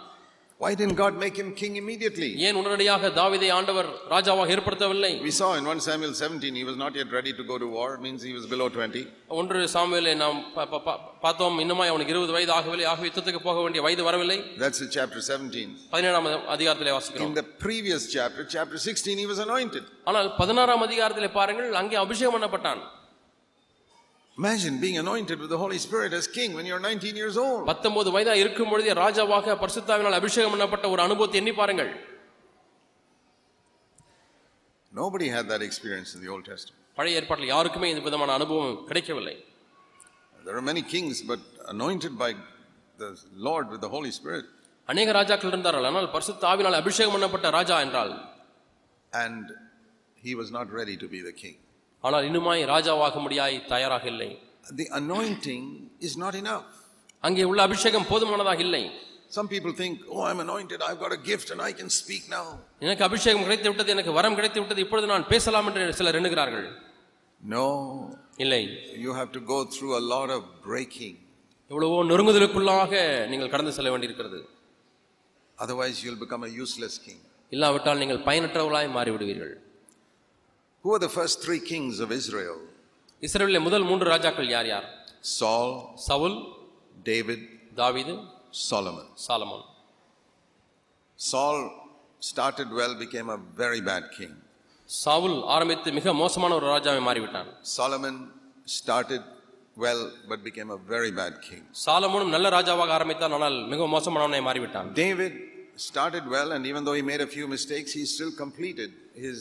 [SPEAKER 1] Why didn't God make him king immediately?
[SPEAKER 2] ஏன் உடனடியாக தாவீதை ஆண்டவர் ராஜாவாக ஏற்படுத்தவில்லை
[SPEAKER 1] We saw in 1 Samuel 17, he was not yet ready to go to war, means he was below 20.
[SPEAKER 2] ஒன்று சாமுவேலை நாம் பா- பா- பா- பார்த்தோம் இன்னுமாய் அவனுக்கு இருபது வயது ஆகவில்லை ஆகவே யுத்தத்துக்கு போக வேண்டிய வயது வரவில்லை
[SPEAKER 1] That's in chapter 17.
[SPEAKER 2] பதினேழாம் அதிகாரத்திலே
[SPEAKER 1] In
[SPEAKER 2] வாசிக்கிறோம்
[SPEAKER 1] the previous chapter, chapter 16, he was anointed.
[SPEAKER 2] ஆனால் பதினாறாம் அதிகாரத்திலே பாருங்கள் அங்கே அபிஷேகம் பண்ணப்பட்டான்
[SPEAKER 1] Imagine being anointed with the Holy Spirit as king when you're 19 years old.
[SPEAKER 2] பத்தொன்பது வயதா இருக்கும் பொழுதே ராஜாவாக பரிசுத்தாவினால் அபிஷேகம் பண்ணப்பட்ட ஒரு அனுபவத்தை எண்ணி பாருங்கள்
[SPEAKER 1] Nobody had that experience in the Old Testament.
[SPEAKER 2] பழைய ஏற்பாட்டில் யாருக்குமே இந்த விதமான அனுபவம் கிடைக்கவில்லை
[SPEAKER 1] There are many kings, but anointed by the Lord with the Holy Spirit.
[SPEAKER 2] அநேக ராஜாக்கள் இருந்தார்கள் ஆனால் பரிசுத்தாவினால் அபிஷேகம் பண்ணப்பட்ட ராஜா என்றால்
[SPEAKER 1] And he was not ready to be the king.
[SPEAKER 2] ஆனால் இன்னுமாய் ராஜாவாக முடியாய் தயாராக இல்லை
[SPEAKER 1] The anointing is not enough.
[SPEAKER 2] அங்கே உள்ள அபிஷேகம் போதுமானதாக இல்லை
[SPEAKER 1] Some people think, oh, I'm anointed, I've got a gift, and I can speak now.
[SPEAKER 2] எனக்கு அபிஷேகம் கிடைத்து விட்டது எனக்கு வரம் கிடைத்து விட்டது இப்பொழுது நான் பேசலாம் என்று சிலர் எண்ணுகிறார்கள்
[SPEAKER 1] No,
[SPEAKER 2] இல்லை
[SPEAKER 1] you have to go through a lot of breaking.
[SPEAKER 2] எவ்வளவோ நொறுங்குதலுக்குள்ளாக நீங்கள் கடந்து செல்ல வேண்டியிருக்கிறது
[SPEAKER 1] Otherwise, you'll become a useless king.
[SPEAKER 2] இல்லாவிட்டால் நீங்கள் பயனற்றவர்களாய் மாறிவிடுவீர்கள்
[SPEAKER 1] Who are the first three kings of Israel?
[SPEAKER 2] இஸ்ரேலில் முதல் மூன்று ராஜாக்கள் யார் யார்
[SPEAKER 1] Saul,
[SPEAKER 2] சவுல்
[SPEAKER 1] David,
[SPEAKER 2] தாவீது
[SPEAKER 1] Solomon.
[SPEAKER 2] சாலமோன்
[SPEAKER 1] Saul started well, became a very bad king.
[SPEAKER 2] சவுல் ஆரம்பித்து மிக மோசமான ஒரு ராஜாவை மாறிவிட்டான்
[SPEAKER 1] Solomon started well, but became a very bad king.
[SPEAKER 2] சாலமோனும் நல்ல ராஜாவாக ஆரம்பித்தான் ஆனால் மிக மோசமானவனை மாறிவிட்டான்
[SPEAKER 1] David started well, and even though he made a few mistakes, he still completed his.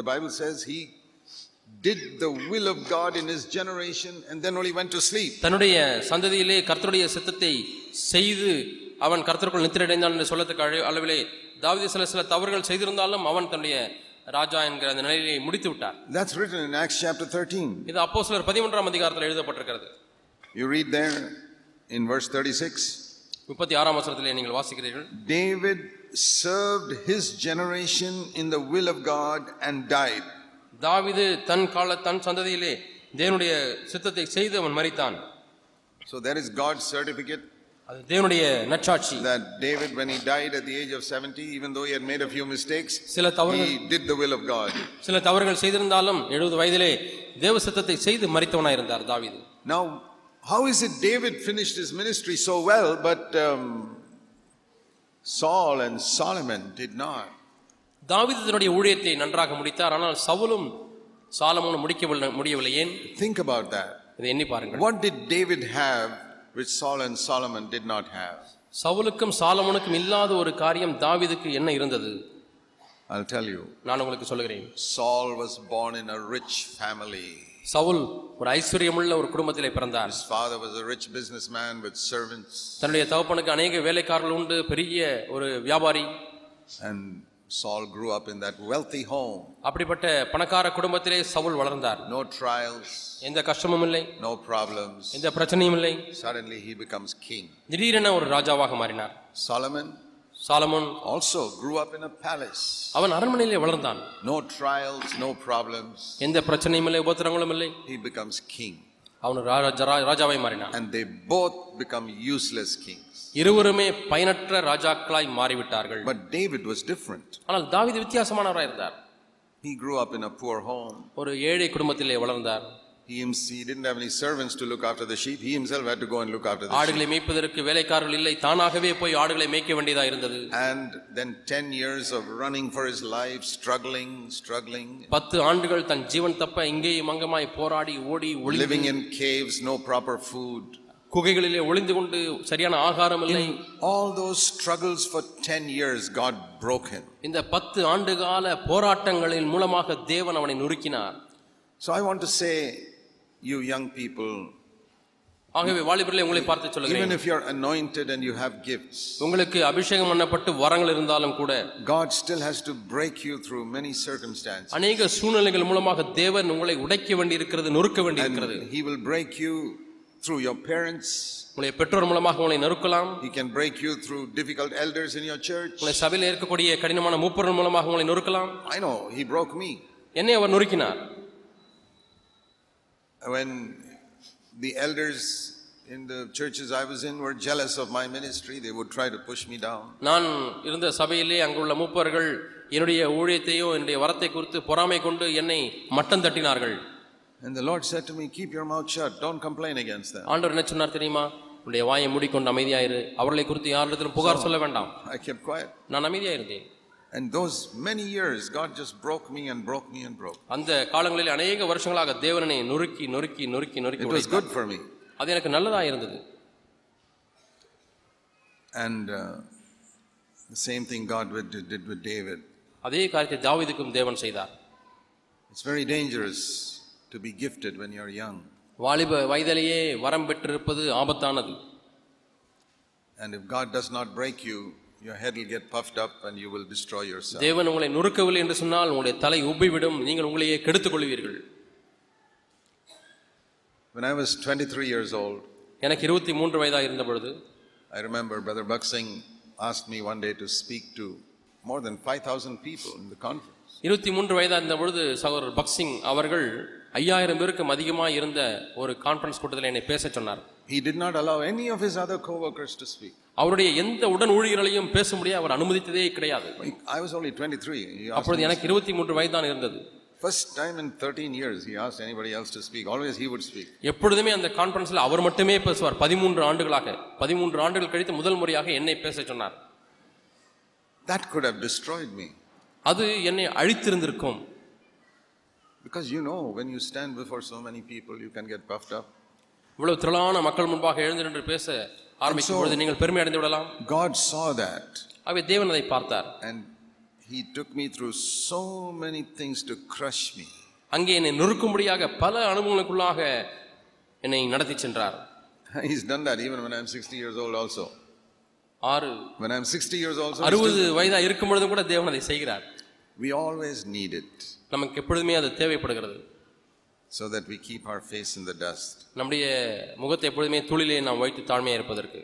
[SPEAKER 1] The Bible says he did the will of God in his generation and then only went to sleep.
[SPEAKER 2] தன்னுடைய சந்ததியிலே கர்த்தருடைய சித்தத்தை செய்து அவன் கர்த்தருக்குள் நித்திரடைந்தான் என்று சொல்லத்துக்கு அள- அளவிலே தாவீது சில சில தவறுகள் செய்திருந்தாலும் அவன் தன்னுடைய ராஜா என்கிற அந்த நிலையை முடித்து விட்டார்
[SPEAKER 1] That's written in Acts chapter 13.
[SPEAKER 2] இது அப்போ சிலர் பதிமூன்றாம் அதிகாரத்தில் எழுதப்பட்டிருக்கிறது
[SPEAKER 1] You read there in verse 36
[SPEAKER 2] முப்பத்தி ஆறாம் வசனத்திலே நீங்கள் வாசிக்கிறீர்கள்
[SPEAKER 1] David served his generation in the will of God and died.
[SPEAKER 2] தாவீது தன் கால தன் சந்ததியிலே தேவனுடைய சித்தத்தை செய்து அவன் மரித்தான்
[SPEAKER 1] So there is God's certificate
[SPEAKER 2] அது தேவனுடைய நற்சாட்சி
[SPEAKER 1] that David, when he died at the age of 70, even though he had made a few mistakes,
[SPEAKER 2] சில தவறுகள்
[SPEAKER 1] he did the will of God.
[SPEAKER 2] சில தவறுகள் செய்திருந்தாலும் எழுபது வயதிலே தேவ சித்தத்தை செய்து மறித்தவனாயிருந்தார் தாவீது
[SPEAKER 1] Now, how is it David finished his ministry so well, but um, Saul and Solomon did not?
[SPEAKER 2] தாவீது தன்னுடைய ஊழியத்தை நன்றாக முடித்தார் ஆனால் சவுலும் சாலமோனும் முடிக்கவில்லை முடியவில்லை ஏன்
[SPEAKER 1] Think about that.
[SPEAKER 2] இதை எண்ணி பாருங்கள்
[SPEAKER 1] What did David have which Saul and Solomon did not have?
[SPEAKER 2] சவுலுக்கும் சாலமோனுக்கும் இல்லாத ஒரு காரியம் தாவீதுக்கு என்ன இருந்தது
[SPEAKER 1] I'll tell you.
[SPEAKER 2] நான் உங்களுக்கு சொல்கிறேன்
[SPEAKER 1] Saul was born in a rich family.
[SPEAKER 2] Saul ஒரு ஐஸ்வர்யமுள்ள ஒரு குடும்பத்திலே பிறந்தார்
[SPEAKER 1] His father was a rich businessman with servants,
[SPEAKER 2] தன்னுடைய தகப்பனுக்கு அநேக வேலைக்காரர்கள் உண்டு பெரிய ஒரு வியாபாரி
[SPEAKER 1] and Saul grew up in that wealthy home.
[SPEAKER 2] அப்படிப்பட்ட பணக்கார குடும்பத்திலே சவுல் வளர்ந்தார்
[SPEAKER 1] No trials,
[SPEAKER 2] எந்த கஷ்டமும் இல்லை
[SPEAKER 1] no problems.
[SPEAKER 2] எந்த பிரச்சனையும் இல்லை
[SPEAKER 1] Suddenly he becomes king.
[SPEAKER 2] திடீரென ஒரு ராஜாவாக மாறினார்
[SPEAKER 1] Solomon
[SPEAKER 2] Solomon
[SPEAKER 1] also grew up in a palace.
[SPEAKER 2] அவன் அரண்மனையிலே வளர்ந்தான்
[SPEAKER 1] No trials, no problems.
[SPEAKER 2] எந்த பிரச்சனையும் இல்லை உபத்திரங்களும் இல்லை
[SPEAKER 1] He becomes king.
[SPEAKER 2] அவன் ராஜா- ரா- ராஜாவை மாறினான்
[SPEAKER 1] And they both become useless kings.
[SPEAKER 2] இருவருமே பயனற்ற ராஜாக்களாய் மாறிவிட்டார்கள்
[SPEAKER 1] But David was different.
[SPEAKER 2] ஆனால் தாவீது வித்தியாசமானவராக இருந்தார்
[SPEAKER 1] He grew up in a poor home.
[SPEAKER 2] ஒரு ஏழை குடும்பத்திலே வளர்ந்தார்
[SPEAKER 1] He, hims- he didn't have any servants to look after the sheep. He himself had to go and look after the sheep.
[SPEAKER 2] ஆடுகளை மேய்ப்பதற்கு வேலைக்காரர்கள் இல்லை தானாகவே போய் ஆடுகளை மேய்க்க வேண்டியதா இருந்தது
[SPEAKER 1] And then 10 years of running for his life, struggling, struggling,
[SPEAKER 2] பத்து ஆண்டுகள் தன் ஜீவன் தப்ப இங்கேயும் அங்கமாய் போராடி ஓடி ஒளிந்து
[SPEAKER 1] living in caves, no proper food.
[SPEAKER 2] குகைகளிலே ஒளிந்து கொண்டு சரியான ஆகாரம் இல்லை
[SPEAKER 1] All those struggles for 10 years, God broke him.
[SPEAKER 2] இந்த பத்து ஆண்டு கால போராட்டங்களின் மூலமாக தேவன் அவனை நொறுக்கினார்
[SPEAKER 1] So I want to say, you young people,
[SPEAKER 2] ஆகவே வாலிபர்களை உங்களை பார்த்து
[SPEAKER 1] even
[SPEAKER 2] சொல்லுகிறேன்
[SPEAKER 1] if you're anointed and you have gifts,
[SPEAKER 2] உங்களுக்கு அபிஷேகம் பண்ணப்பட்டு வரங்கள் இருந்தாலும் கூட
[SPEAKER 1] God still has to break you through many circumstances.
[SPEAKER 2] அநேக சூழ்நிலைகள் மூலமாக தேவன் உங்களை உடைக்க வேண்டியிருக்கிறது நொறுக்க வேண்டியிருக்கிறது
[SPEAKER 1] And He will break you through your parents,
[SPEAKER 2] உங்களுடைய பெற்றோர் மூலமாக உங்களை நொறுக்கலாம்
[SPEAKER 1] He can break you through difficult elders in your church.
[SPEAKER 2] உங்களை சபையில் இருக்கக்கூடிய கடினமான மூப்பர்கள் மூலமாக உங்களை நொறுக்கலாம்
[SPEAKER 1] I know, He broke me.
[SPEAKER 2] என்னை அவர் நொறுக்கினார்
[SPEAKER 1] When the elders in the churches I was in were jealous of my ministry, they would try to push me down.
[SPEAKER 2] நான் இருந்த சபையிலே அங்குள்ள மூப்பர்கள் என்னுடைய ஊழியத்தையோ என்னுடைய வரத்தை குறித்து பொறாமை கொண்டு என்னை மட்டம் தட்டினார்கள்
[SPEAKER 1] And the Lord said to me, Keep your mouth shut, don't complain against them.
[SPEAKER 2] ஆண்டவர் என்ன சொன்னார் தெரியுமா உன்னுடைய வாயை மூடிக்கொண்டு அமைதியாயிரு அவர்களை குறித்து யாரிடத்திலும் புகார் சொல்ல வேண்டாம்
[SPEAKER 1] I kept quiet.
[SPEAKER 2] நான் அமைதியாயிருந்தேன்
[SPEAKER 1] And those many years, God just broke me and broke me and broke.
[SPEAKER 2] அந்த காலங்களில் அநேக வருஷங்களாக தேவனை நொறுக்கி நொறுக்கி நொறுக்கி நொறுக்கி
[SPEAKER 1] It was
[SPEAKER 2] உடைத்தார்.
[SPEAKER 1] good for me.
[SPEAKER 2] அது எனக்கு நல்லதா இருந்தது
[SPEAKER 1] And uh, the same thing God with- did, did with David.
[SPEAKER 2] அதே காரியத்தை தாவீதுக்கும் தேவன் செய்தார்
[SPEAKER 1] It's very dangerous to be gifted when you're young.
[SPEAKER 2] வாலிப வயதிலேயே வரம் பெற்றிருப்பது ஆபத்தானது
[SPEAKER 1] And if God does not break you, your head will get puffed up and you will destroy yourself.
[SPEAKER 2] தேவன் உங்களை நொறுக்கவில்லை என்று சொன்னால் உங்களுடைய தலை உப்பிவிடும் நீங்கள் உங்களையே கெடுத்துக் கொள்வீர்கள்
[SPEAKER 1] When I was 23 years old,
[SPEAKER 2] எனக்கு இருபத்தி மூன்று வயதாக இருந்த பொழுது
[SPEAKER 1] I remember Brother Buxing asked me one day to speak to more than 5,000 people in the conference.
[SPEAKER 2] இருபத்தி மூன்று வயதாக இருந்த பொழுது சகோதரர் பக்சிங் அவர்கள் ஐயாயிரம் பேருக்கும் அதிகமாக இருந்த ஒரு கான்ஃபரன்ஸ் கூட்டத்தில் என்னை பேச சொன்னார்
[SPEAKER 1] He did not allow any of his other co-workers to speak.
[SPEAKER 2] அவருடைய எந்த உடன் ஊழியர்களையும் பேச முடிய அவர் அனுமதித்ததே கிடையாது
[SPEAKER 1] I was only 23. He asked-
[SPEAKER 2] அப்பொழுது எனக்கு இருபத்தி மூன்று வயதுதான் இருந்தது
[SPEAKER 1] First time in 13 years, he asked anybody else to speak. Always he would speak.
[SPEAKER 2] எப்பொழுதுமே அந்த கான்ஃபரன்ஸில் அவர் மட்டுமே பேசுவார் பதிமூன்று ஆண்டுகளாக பதிமூன்று ஆண்டுகள் கழித்து முதல் முறையாக என்னை பேச சொன்னார்
[SPEAKER 1] That could have destroyed me.
[SPEAKER 2] அது என்னை அழித்திருந்திருக்கும்
[SPEAKER 1] Because you know, when you stand before so many people, you can get puffed up.
[SPEAKER 2] இவ்வளவு திரளான மக்கள் முன்பாக எழுந்து நின்று பேச ஆரம்பிக்கும் பொழுது நீங்கள் பெருமை அடைந்து விடலாம்
[SPEAKER 1] God saw that
[SPEAKER 2] அவை தேவன் அதை பார்த்தார்
[SPEAKER 1] and he took me through so many things to crush me.
[SPEAKER 2] அங்கே என்னை நொறுக்கும்படியாக பல அனுபவங்களுக்குள்ளாக என்னை நடத்தி சென்றார்
[SPEAKER 1] He's done that even when I'm 60 years old, also.
[SPEAKER 2] ஆறு
[SPEAKER 1] When I'm 60 years old, also,
[SPEAKER 2] அறுபது வயதா இருக்கும் பொழுது கூட தேவன் அதை செய்கிறார்
[SPEAKER 1] we always need it
[SPEAKER 2] நமக்கு எப்பொழுதுமே அது தேவைப்படுகிறது
[SPEAKER 1] so that we keep our face in the dust.
[SPEAKER 2] நம்முடைய முகத்தை எப்பொழுதுமே தூளிலே நாம் வைத்து தாழ்மையா இருப்பதற்கு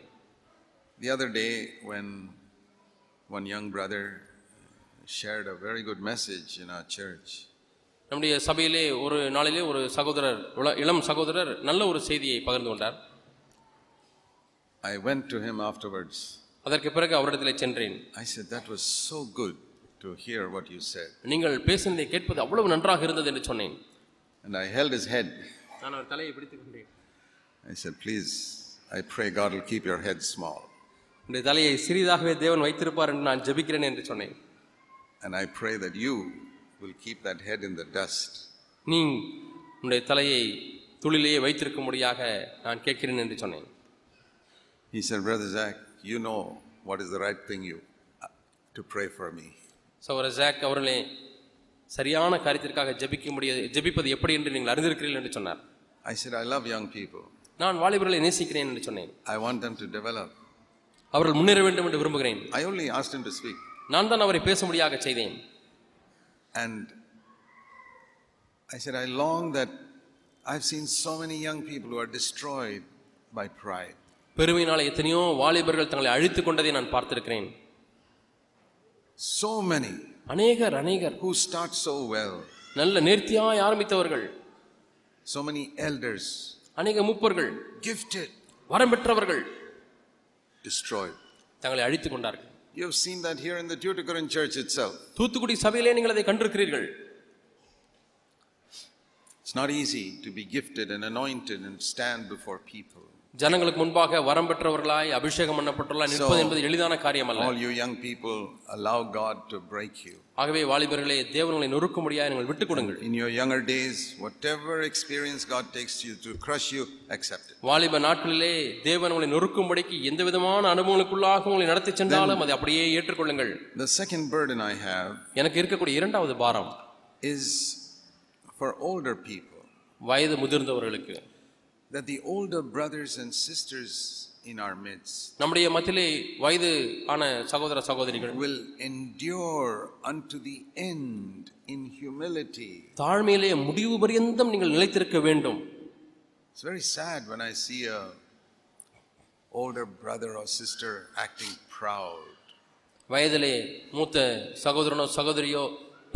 [SPEAKER 1] The other day, when one young brother shared a very good message in our church,
[SPEAKER 2] நம்முடைய சபையிலே ஒரு நாளிலே ஒரு சகோதரர் உள- இளம் சகோதரர் நல்ல ஒரு செய்தியை பகிர்ந்து கொண்டார்
[SPEAKER 1] I went to him afterwards.
[SPEAKER 2] அதற்கு பிறகு அவரிடத்தில் சென்றேன்
[SPEAKER 1] I said, That was so good to hear what you said.
[SPEAKER 2] நீங்கள் பேசினதை கேட்பது அவ்வளவு நன்றாக இருந்தது என்று சொன்னேன்
[SPEAKER 1] And I held his head.
[SPEAKER 2] நான் அவர் தலையை பிடித்துக் கொண்டேன்
[SPEAKER 1] I said, Please, I pray God will keep your head small.
[SPEAKER 2] உடைய தலையை சிறிதாகவே தேவன் வைத்திருப்பார் என்று நான் ஜெபிக்கிறேன் என்று சொன்னேன்
[SPEAKER 1] And I pray that you will keep that head in the dust.
[SPEAKER 2] நீ உன்னுடைய தலையை துளிலேயே வைத்திருக்கும்படியாக நான் கேட்கிறேன் என்று சொன்னேன்
[SPEAKER 1] He said, Brother Zach, you know what is the right thing you uh, to pray for me.
[SPEAKER 2] சவர ஜாக் அவர்களே சரியான காரியத்திற்காக ஜெபிக்க முடியாது ஜெபிப்பது எப்படி என்று நீங்கள் அறிந்திருக்கிறீர்கள் என்று சொன்னார்
[SPEAKER 1] I said, I love young people.
[SPEAKER 2] நான் வாலிபர்களை நேசிக்கிறேன் என்று சொன்னேன்
[SPEAKER 1] I want them to develop.
[SPEAKER 2] அவர்கள் முன்னேற வேண்டும் என்று விரும்புகிறேன்
[SPEAKER 1] I only asked him to speak.
[SPEAKER 2] நான் தான் அவரை பேசும்படியாக செய்தேன்
[SPEAKER 1] And I said, I long that I've seen so many young people who are destroyed by pride.
[SPEAKER 2] பெருமையினால் எத்தனையோ வாலிபர்கள் தங்களை அழித்து கொண்டதை நான் பார்த்திருக்கிறேன்
[SPEAKER 1] So many
[SPEAKER 2] அநேகர் அநேகர்
[SPEAKER 1] who start so well.
[SPEAKER 2] நல்ல நேர்த்தியாய் ஆரம்பித்தவர்கள்
[SPEAKER 1] So many elders,
[SPEAKER 2] அநேக மூப்பர்கள்
[SPEAKER 1] gifted,
[SPEAKER 2] வரம் பெற்றவர்கள்
[SPEAKER 1] destroyed.
[SPEAKER 2] தங்களை அழித்து கொண்டார்கள்
[SPEAKER 1] You've seen that here in the Tuticorin church itself.
[SPEAKER 2] Thoothukudi சபையிலே நீங்கள் அதை கண்டிருக்கிறீர்கள்
[SPEAKER 1] It's not easy to be gifted and anointed and stand before people.
[SPEAKER 2] ஜனங்களுக்கு முன்பாக வரம் பெற்றவர்களாய் அபிஷேகம் பண்ணப்பட்டுள்ள நிற்பது
[SPEAKER 1] So-
[SPEAKER 2] என்பது எளிதான காரியம் அல்ல
[SPEAKER 1] All you young people, allow God to break you.
[SPEAKER 2] ஆகவே வாலிபர்களே தேவனை நொறுக்க முடியாது நீங்கள் விட்டுக் கொடுங்கள்
[SPEAKER 1] In your younger days, whatever experience God takes you to crush you, accept it.
[SPEAKER 2] வாலிப நாட்களிலே தேவன் உங்களை நொறுக்கும்படிக்கு எந்த விதமான அனுபவங்களுக்குள்ளாக உங்களை நடத்தி சென்றாலும் அதை அப்படியே ஏற்றுக்கொள்ளுங்கள்
[SPEAKER 1] The second burden I have
[SPEAKER 2] எனக்கு இருக்கக்கூடிய இரண்டாவது பாரம்
[SPEAKER 1] is for older people
[SPEAKER 2] வயது முதிர்ந்தவர்களுக்கு
[SPEAKER 1] that the older brothers and sisters in our midst
[SPEAKER 2] நம்முடைய மத்தியிலே வயது ஆன சகோதர சகோதரிகள்
[SPEAKER 1] will endure unto the end in humility.
[SPEAKER 2] தாழ்மையிலே முடிவு பரியந்தம் நீங்கள் நிலைத்திருக்க வேண்டும்
[SPEAKER 1] It's very sad when I see a older brother or sister acting proud.
[SPEAKER 2] வயதிலே மூத்த சகோதரனோ சகோதரியோ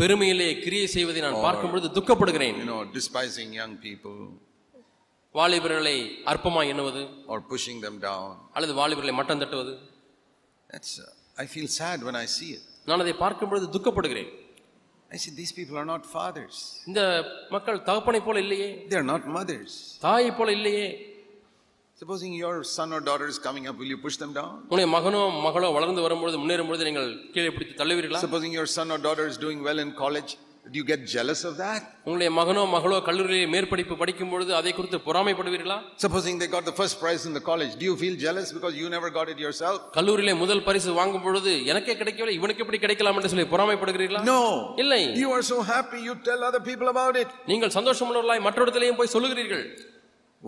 [SPEAKER 2] பெருமையிலே கிரியை செய்வதை நான் பார்க்கும் பொழுது துக்கப்படுகிறேன்
[SPEAKER 1] You know, despising young people
[SPEAKER 2] வாலிபர்களை அற்பமாய் எண்ணுவது
[SPEAKER 1] or pushing them down.
[SPEAKER 2] அல்லது வாலிபர்களை மட்டம் தட்டுவது
[SPEAKER 1] That's uh, I feel sad when I see it.
[SPEAKER 2] நான் அதை பார்க்கும் பொழுது துக்கப்படுகிறேன்
[SPEAKER 1] I say these people are not fathers.
[SPEAKER 2] இந்த மக்கள் தகப்பனை போல இல்லையே
[SPEAKER 1] They are not mothers.
[SPEAKER 2] தாயை போல இல்லையே
[SPEAKER 1] Supposing your son or daughter is coming up, will you push them down?
[SPEAKER 2] உங்களுடைய மகனோ மகளோ வளர்ந்து வரும்பொழுது முன்னேறும் பொழுது நீங்கள் கீழே பிடித்து தள்ளுவீர்களா
[SPEAKER 1] Supposing your son or daughter is doing well in college, do you get jealous of that?
[SPEAKER 2] உங்களுடைய மகனோ மகளோ கல்லூரியிலே மேற்படிப்பு படிக்கும் பொழுது அதை குறித்து பொறாமைப்படுவீர்களா
[SPEAKER 1] Supposing they got the first prize in the college, do you feel jealous because you never got it yourself?
[SPEAKER 2] கல்லூரியிலே முதல் பரிசு வாங்கும் பொழுது எனக்கே கிடைக்கவில்லை இவனுக்கு எப்படி கிடைக்கலாம் என்று சொல்லி பொறாமைப்படுகிறீர்களா
[SPEAKER 1] No.
[SPEAKER 2] இல்லை
[SPEAKER 1] You are so happy, you tell other people about it.
[SPEAKER 2] நீங்கள் சந்தோஷமுள்ளவர்களாய் மற்ற இடத்திலேயும் போய் சொல்லுகிறீர்கள்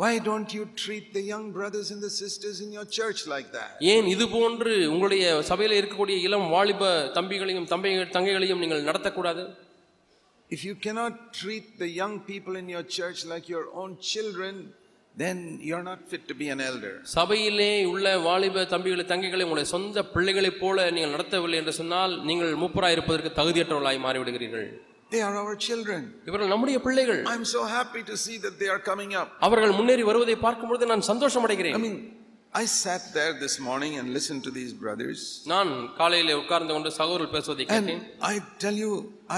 [SPEAKER 1] Why don't you treat the young brothers and the sisters in your church like that?
[SPEAKER 2] ஏன் இது போன்று உங்களுடைய சபையில இருக்கக்கூடிய இளம் வாலிப தம்பிகளையும் தம்பிகள் தங்கைகளையும் நீங்கள் நடத்தக்கூடாது
[SPEAKER 1] If you cannot treat the young people in your church like your own children, then you're not fit to be an elder.
[SPEAKER 2] சபையிலே உள்ள வாலிப தம்பிகளை தங்கைகளை உங்களுடைய சொந்த பிள்ளைகளைப் போல நீங்கள் நடத்தவில்லை என்று சொன்னால் நீங்கள் மூப்பராய் இருப்பதற்கு தகுதியற்றவர்களாய் மாறிவிடுகிறீர்கள்
[SPEAKER 1] They are our children.
[SPEAKER 2] இவர்கள் நம்முடைய பிள்ளைகள்
[SPEAKER 1] I'm so happy to see that they are coming up.
[SPEAKER 2] அவர்கள் முன்னேறி வருவதை பார்க்கும் பொழுது நான் சந்தோஷம்
[SPEAKER 1] I
[SPEAKER 2] அடைகிறேன்
[SPEAKER 1] mean, I sat there this morning and listened to these brothers,
[SPEAKER 2] நான் காலையில உட்கார்ந்து கொண்டு சகோதரர் பேசுவதை கேட்டேன்
[SPEAKER 1] and I tell you,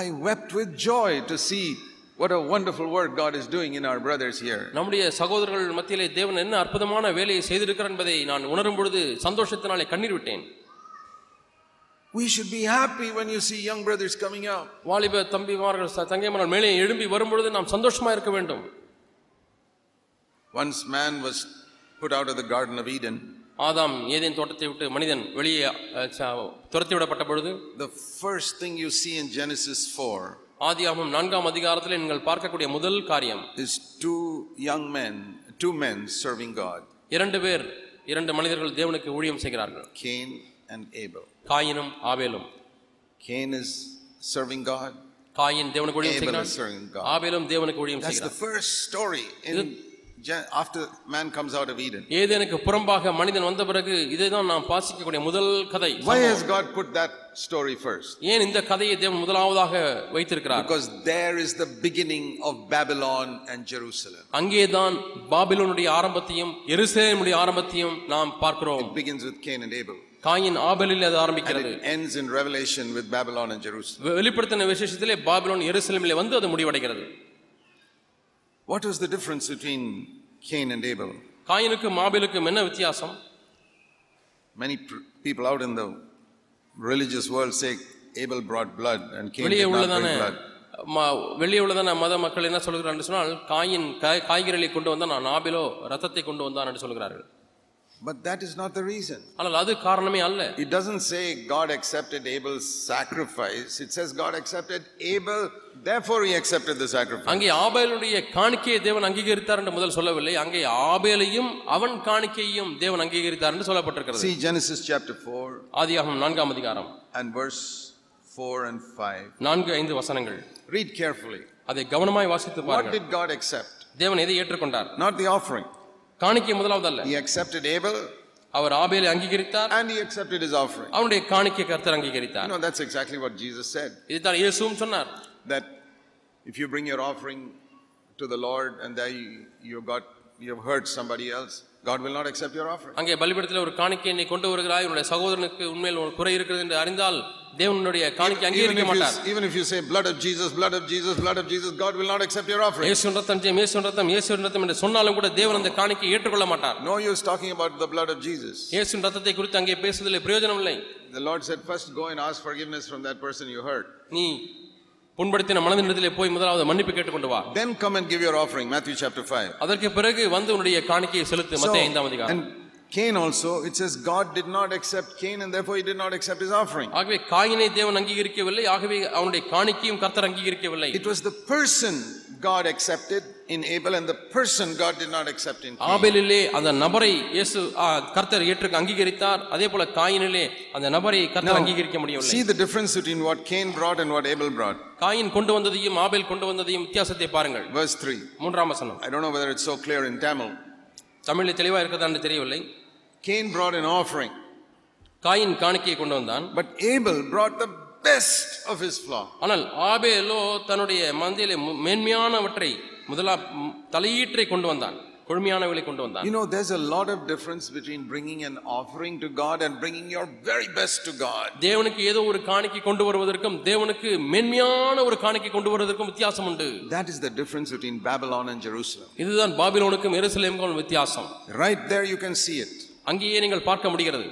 [SPEAKER 1] I wept with joy to see what a wonderful work God is doing in our brothers here.
[SPEAKER 2] நம்முடைய சகோதரர்கள் மத்தியிலே தேவன் என்ன அற்புதமான வேலையை செய்திருக்கிறார் என்பதை நான் உணரும் பொழுது சந்தோஷத்தினாலே கண்ணீர் விட்டேன்
[SPEAKER 1] We should be happy when you see young brothers coming up.
[SPEAKER 2] வாலிப தம்பிமார்கள் ச- தங்கைமார்கள் மேலே எழும்பி வரும்பொழுது நாம் சந்தோஷமா இருக்க வேண்டும்
[SPEAKER 1] Once man was put out of the Garden of Eden,
[SPEAKER 2] Adam Eden தோட்டத்தை விட்டு மனிதன் வெளியே அஹ், ச- துரத்தி விடப்பட்ட பொழுது
[SPEAKER 1] the first thing you see in Genesis 4
[SPEAKER 2] ஆதியாகமம் நான்காம் அதிகாரத்தில் நீங்கள் பார்க்கக்கூடிய முதல் காரியம்
[SPEAKER 1] is two young men, two men serving God,
[SPEAKER 2] இரண்டு பேர் இரண்டு மனிதர்கள் தேவனுக்கு ஊழியம் செய்கிறார்கள்
[SPEAKER 1] Cain and Abel.
[SPEAKER 2] காயினும் ஆவேலும்
[SPEAKER 1] Cain is serving God,
[SPEAKER 2] Cain தேவனுக்கு ஊழியம்
[SPEAKER 1] Abel is
[SPEAKER 2] செய்கிறான்
[SPEAKER 1] serving God.
[SPEAKER 2] ஆவேலும் தேவனுக்கு ஊழியம்
[SPEAKER 1] That's the
[SPEAKER 2] செய்கிறான்
[SPEAKER 1] first story in Gen- after man comes out of Eden.
[SPEAKER 2] ஏதேனுக்கு புறம்பாக மனிதன் வந்த பிறகு இதுதான் நாம் வாசிக்கக்கூடிய முதல் கதை
[SPEAKER 1] Why has God put that story first?
[SPEAKER 2] ஏன் இந்த கதையை தேவன் முதலாவதாக வைத்திருக்கிறார்
[SPEAKER 1] Because there is the beginning of Babylon and Jerusalem.
[SPEAKER 2] அங்கேதான் பாபிலோனுடைய ஆரம்பத்தையும் எருசலேமுடைய ஆரம்பத்தையும் நாம் பார்க்கிறோம்
[SPEAKER 1] It begins with Cain and Abel.
[SPEAKER 2] Cain ஆபலில் அது
[SPEAKER 1] And
[SPEAKER 2] ஆரம்பிக்கிறது
[SPEAKER 1] it ends in Revelation with Babylon and Jerusalem.
[SPEAKER 2] வெ- வெளிப்படுத்தின விசேஷத்திலே பாபிலோன் எருசலேமிலே வந்து அது முடிவடைகிறது
[SPEAKER 1] What was the difference between Cain and Abel?
[SPEAKER 2] காயினுக்கும் ஆபேலுக்கும் என்ன வித்தியாசம்
[SPEAKER 1] Many pr- people out in the religious world say Abel brought blood and Cain
[SPEAKER 2] வெளியே
[SPEAKER 1] did not
[SPEAKER 2] உள்ளதான
[SPEAKER 1] bring blood.
[SPEAKER 2] ம- வெளியே உள்ளதான மத மக்கள் என்ன சொல்கிறார்கள் சொன்னால் காயின் காய்- காய்கறிகளை கொண்டு வந்தான் நான் ஆபேலோ ரத்தத்தை கொண்டு வந்தான் என்று சொல்கிறார்கள்
[SPEAKER 1] But that is not the reason.
[SPEAKER 2] ஆனால் அது காரணமே அல்ல
[SPEAKER 1] It doesn't say God accepted Abel's sacrifice. It says God accepted Abel, therefore he accepted the sacrifice.
[SPEAKER 2] அங்கே ஆபேலுடைய காணிக்கையை தேவன் அங்கீகரித்தார் என்று முதல் சொல்லவில்லை அங்கே ஆபேலையும் அவன் காணிக்கையையும் தேவன் அங்கீகரித்தார் என்று சொல்லப்பட்டிருக்கிறது
[SPEAKER 1] See Genesis chapter 4
[SPEAKER 2] ஆதியாகமம் நான்காம் அதிகாரம்
[SPEAKER 1] and verse 4 and 5.
[SPEAKER 2] நான்கு ஐந்து வசனங்கள்
[SPEAKER 1] Read carefully.
[SPEAKER 2] அதை கவனமாய் வாசித்து
[SPEAKER 1] What
[SPEAKER 2] பாருங்கள்
[SPEAKER 1] did God accept?
[SPEAKER 2] தேவன் எதை ஏற்றுக்கொண்டார்
[SPEAKER 1] Not the offering.
[SPEAKER 2] காணிக்கை முதலாவது அல்ல
[SPEAKER 1] He accepted Abel
[SPEAKER 2] our ஆபேலை அங்கீகரித்தார்
[SPEAKER 1] and he accepted his offering.
[SPEAKER 2] அவனுடைய காணிக்கை கர்த்தர்
[SPEAKER 1] You
[SPEAKER 2] அங்கீகரித்தார்
[SPEAKER 1] know, that's exactly what Jesus said.
[SPEAKER 2] இதைத்தான் இயேசுவும் சொன்னார்
[SPEAKER 1] that if you bring your offering to the Lord and there you, you got you've hurt somebody else, God will not accept your offering.
[SPEAKER 2] அங்கே பலிபீடத்தில் ஒரு காணிக்கை என்னை கொண்டு வருகிறாய் உன்னுடைய சகோதரனுக்கு உண்மையில் ஒரு குறை இருக்கிறது என்று அறிந்தால் தேவனுடைய காணிக்கை
[SPEAKER 1] Even
[SPEAKER 2] அங்கீகரிக்க
[SPEAKER 1] if, you,
[SPEAKER 2] மாட்டார்
[SPEAKER 1] even if you say blood of Jesus, blood of Jesus, blood of Jesus, God will not accept your offering.
[SPEAKER 2] இயேசு ரத்தம் ஜெயம் இயேசு ரத்தம் இயேசு ரத்தம் என்று சொன்னாலும் கூட தேவன் அந்த காணிக்கை ஏற்றுக்கொள்ள மாட்டார்
[SPEAKER 1] No use talking about the blood of Jesus.
[SPEAKER 2] இயேசுவின் ரத்தத்தை குறித்து அங்கே பேசுவதில் பிரயோஜனம் இல்லை
[SPEAKER 1] The Lord said, first go and ask forgiveness from that person you hurt.
[SPEAKER 2] நீ புண்படுத்தின மனதினிடத்திலே போய் முதலாவது மன்னிப்பு கேட்டுக்கொண்டு வா
[SPEAKER 1] Then come and give your offering. Matthew chapter 5.
[SPEAKER 2] அதற்கு பிறகு வந்து உன்னுடைய காணிக்கையை செலுத்து
[SPEAKER 1] So,
[SPEAKER 2] மத்திய ஐந்தாம் அதிகாரம்
[SPEAKER 1] and Cain also, it says God did not accept Cain and therefore he did not accept his offering.
[SPEAKER 2] ஆகவே காயினை தேவன் அங்கீகரிக்கவில்லை ஆகவே அவனுடைய காணிக்கையும் கர்த்தர் அங்கீகரிக்கவில்லை
[SPEAKER 1] It was the person God accepted in Abel and the person God did not accept in Cain.
[SPEAKER 2] ஆபேலிலே அந்த நபரை இயேசு ஆ, கர்த்தர் ஏற்றுக்கு அங்கீகரித்தார் அதே போல காயினிலே அந்த நபரை கர்த்தர் அங்கீகரிக்க முடியவில்லை
[SPEAKER 1] See the difference between what Cain brought and what Abel brought.
[SPEAKER 2] Cain கொண்டு வந்ததையும் ஆபேல் கொண்டு வந்ததையும் வித்தியாசத்தை பாருங்கள்
[SPEAKER 1] Verse 3.
[SPEAKER 2] மூன்றாம் வசனம்
[SPEAKER 1] I don't know whether it's so clear in Tamil.
[SPEAKER 2] தமிழில் தெளிவா இருக்கிறதான்னு தெரியவில்லை
[SPEAKER 1] Cain brought an offering,
[SPEAKER 2] Cain காணிக்கையை கொண்டு வந்தான்
[SPEAKER 1] but Abel brought the best of his flock.
[SPEAKER 2] ஆனால் ஆபேலோ தன்னுடைய மந்தையிலே மு- மேன்மையானவற்றை முதலா ம், தலையீற்றை கொண்டு வந்தான் கொழுமையானவளை கொண்டு வந்தான்
[SPEAKER 1] You know, there's a lot of difference between bringing an offering to God and bringing your very best to God.
[SPEAKER 2] தேவனுக்கு ஏதோ ஒரு காணிக்கை கொண்டு வருவதற்கும் தேவனுக்கு மேன்மையான ஒரு காணிக்கை கொண்டு வருவதற்கும் வித்தியாசம் உண்டு
[SPEAKER 1] That is the difference between Babylon and Jerusalem.
[SPEAKER 2] இதுதான் பாபிலோனுக்கும் எருசலேமுக்கும் வித்தியாசம்
[SPEAKER 1] Right there, you can see it.
[SPEAKER 2] அங்கேயே நீங்கள் பார்க்க முடிகிறது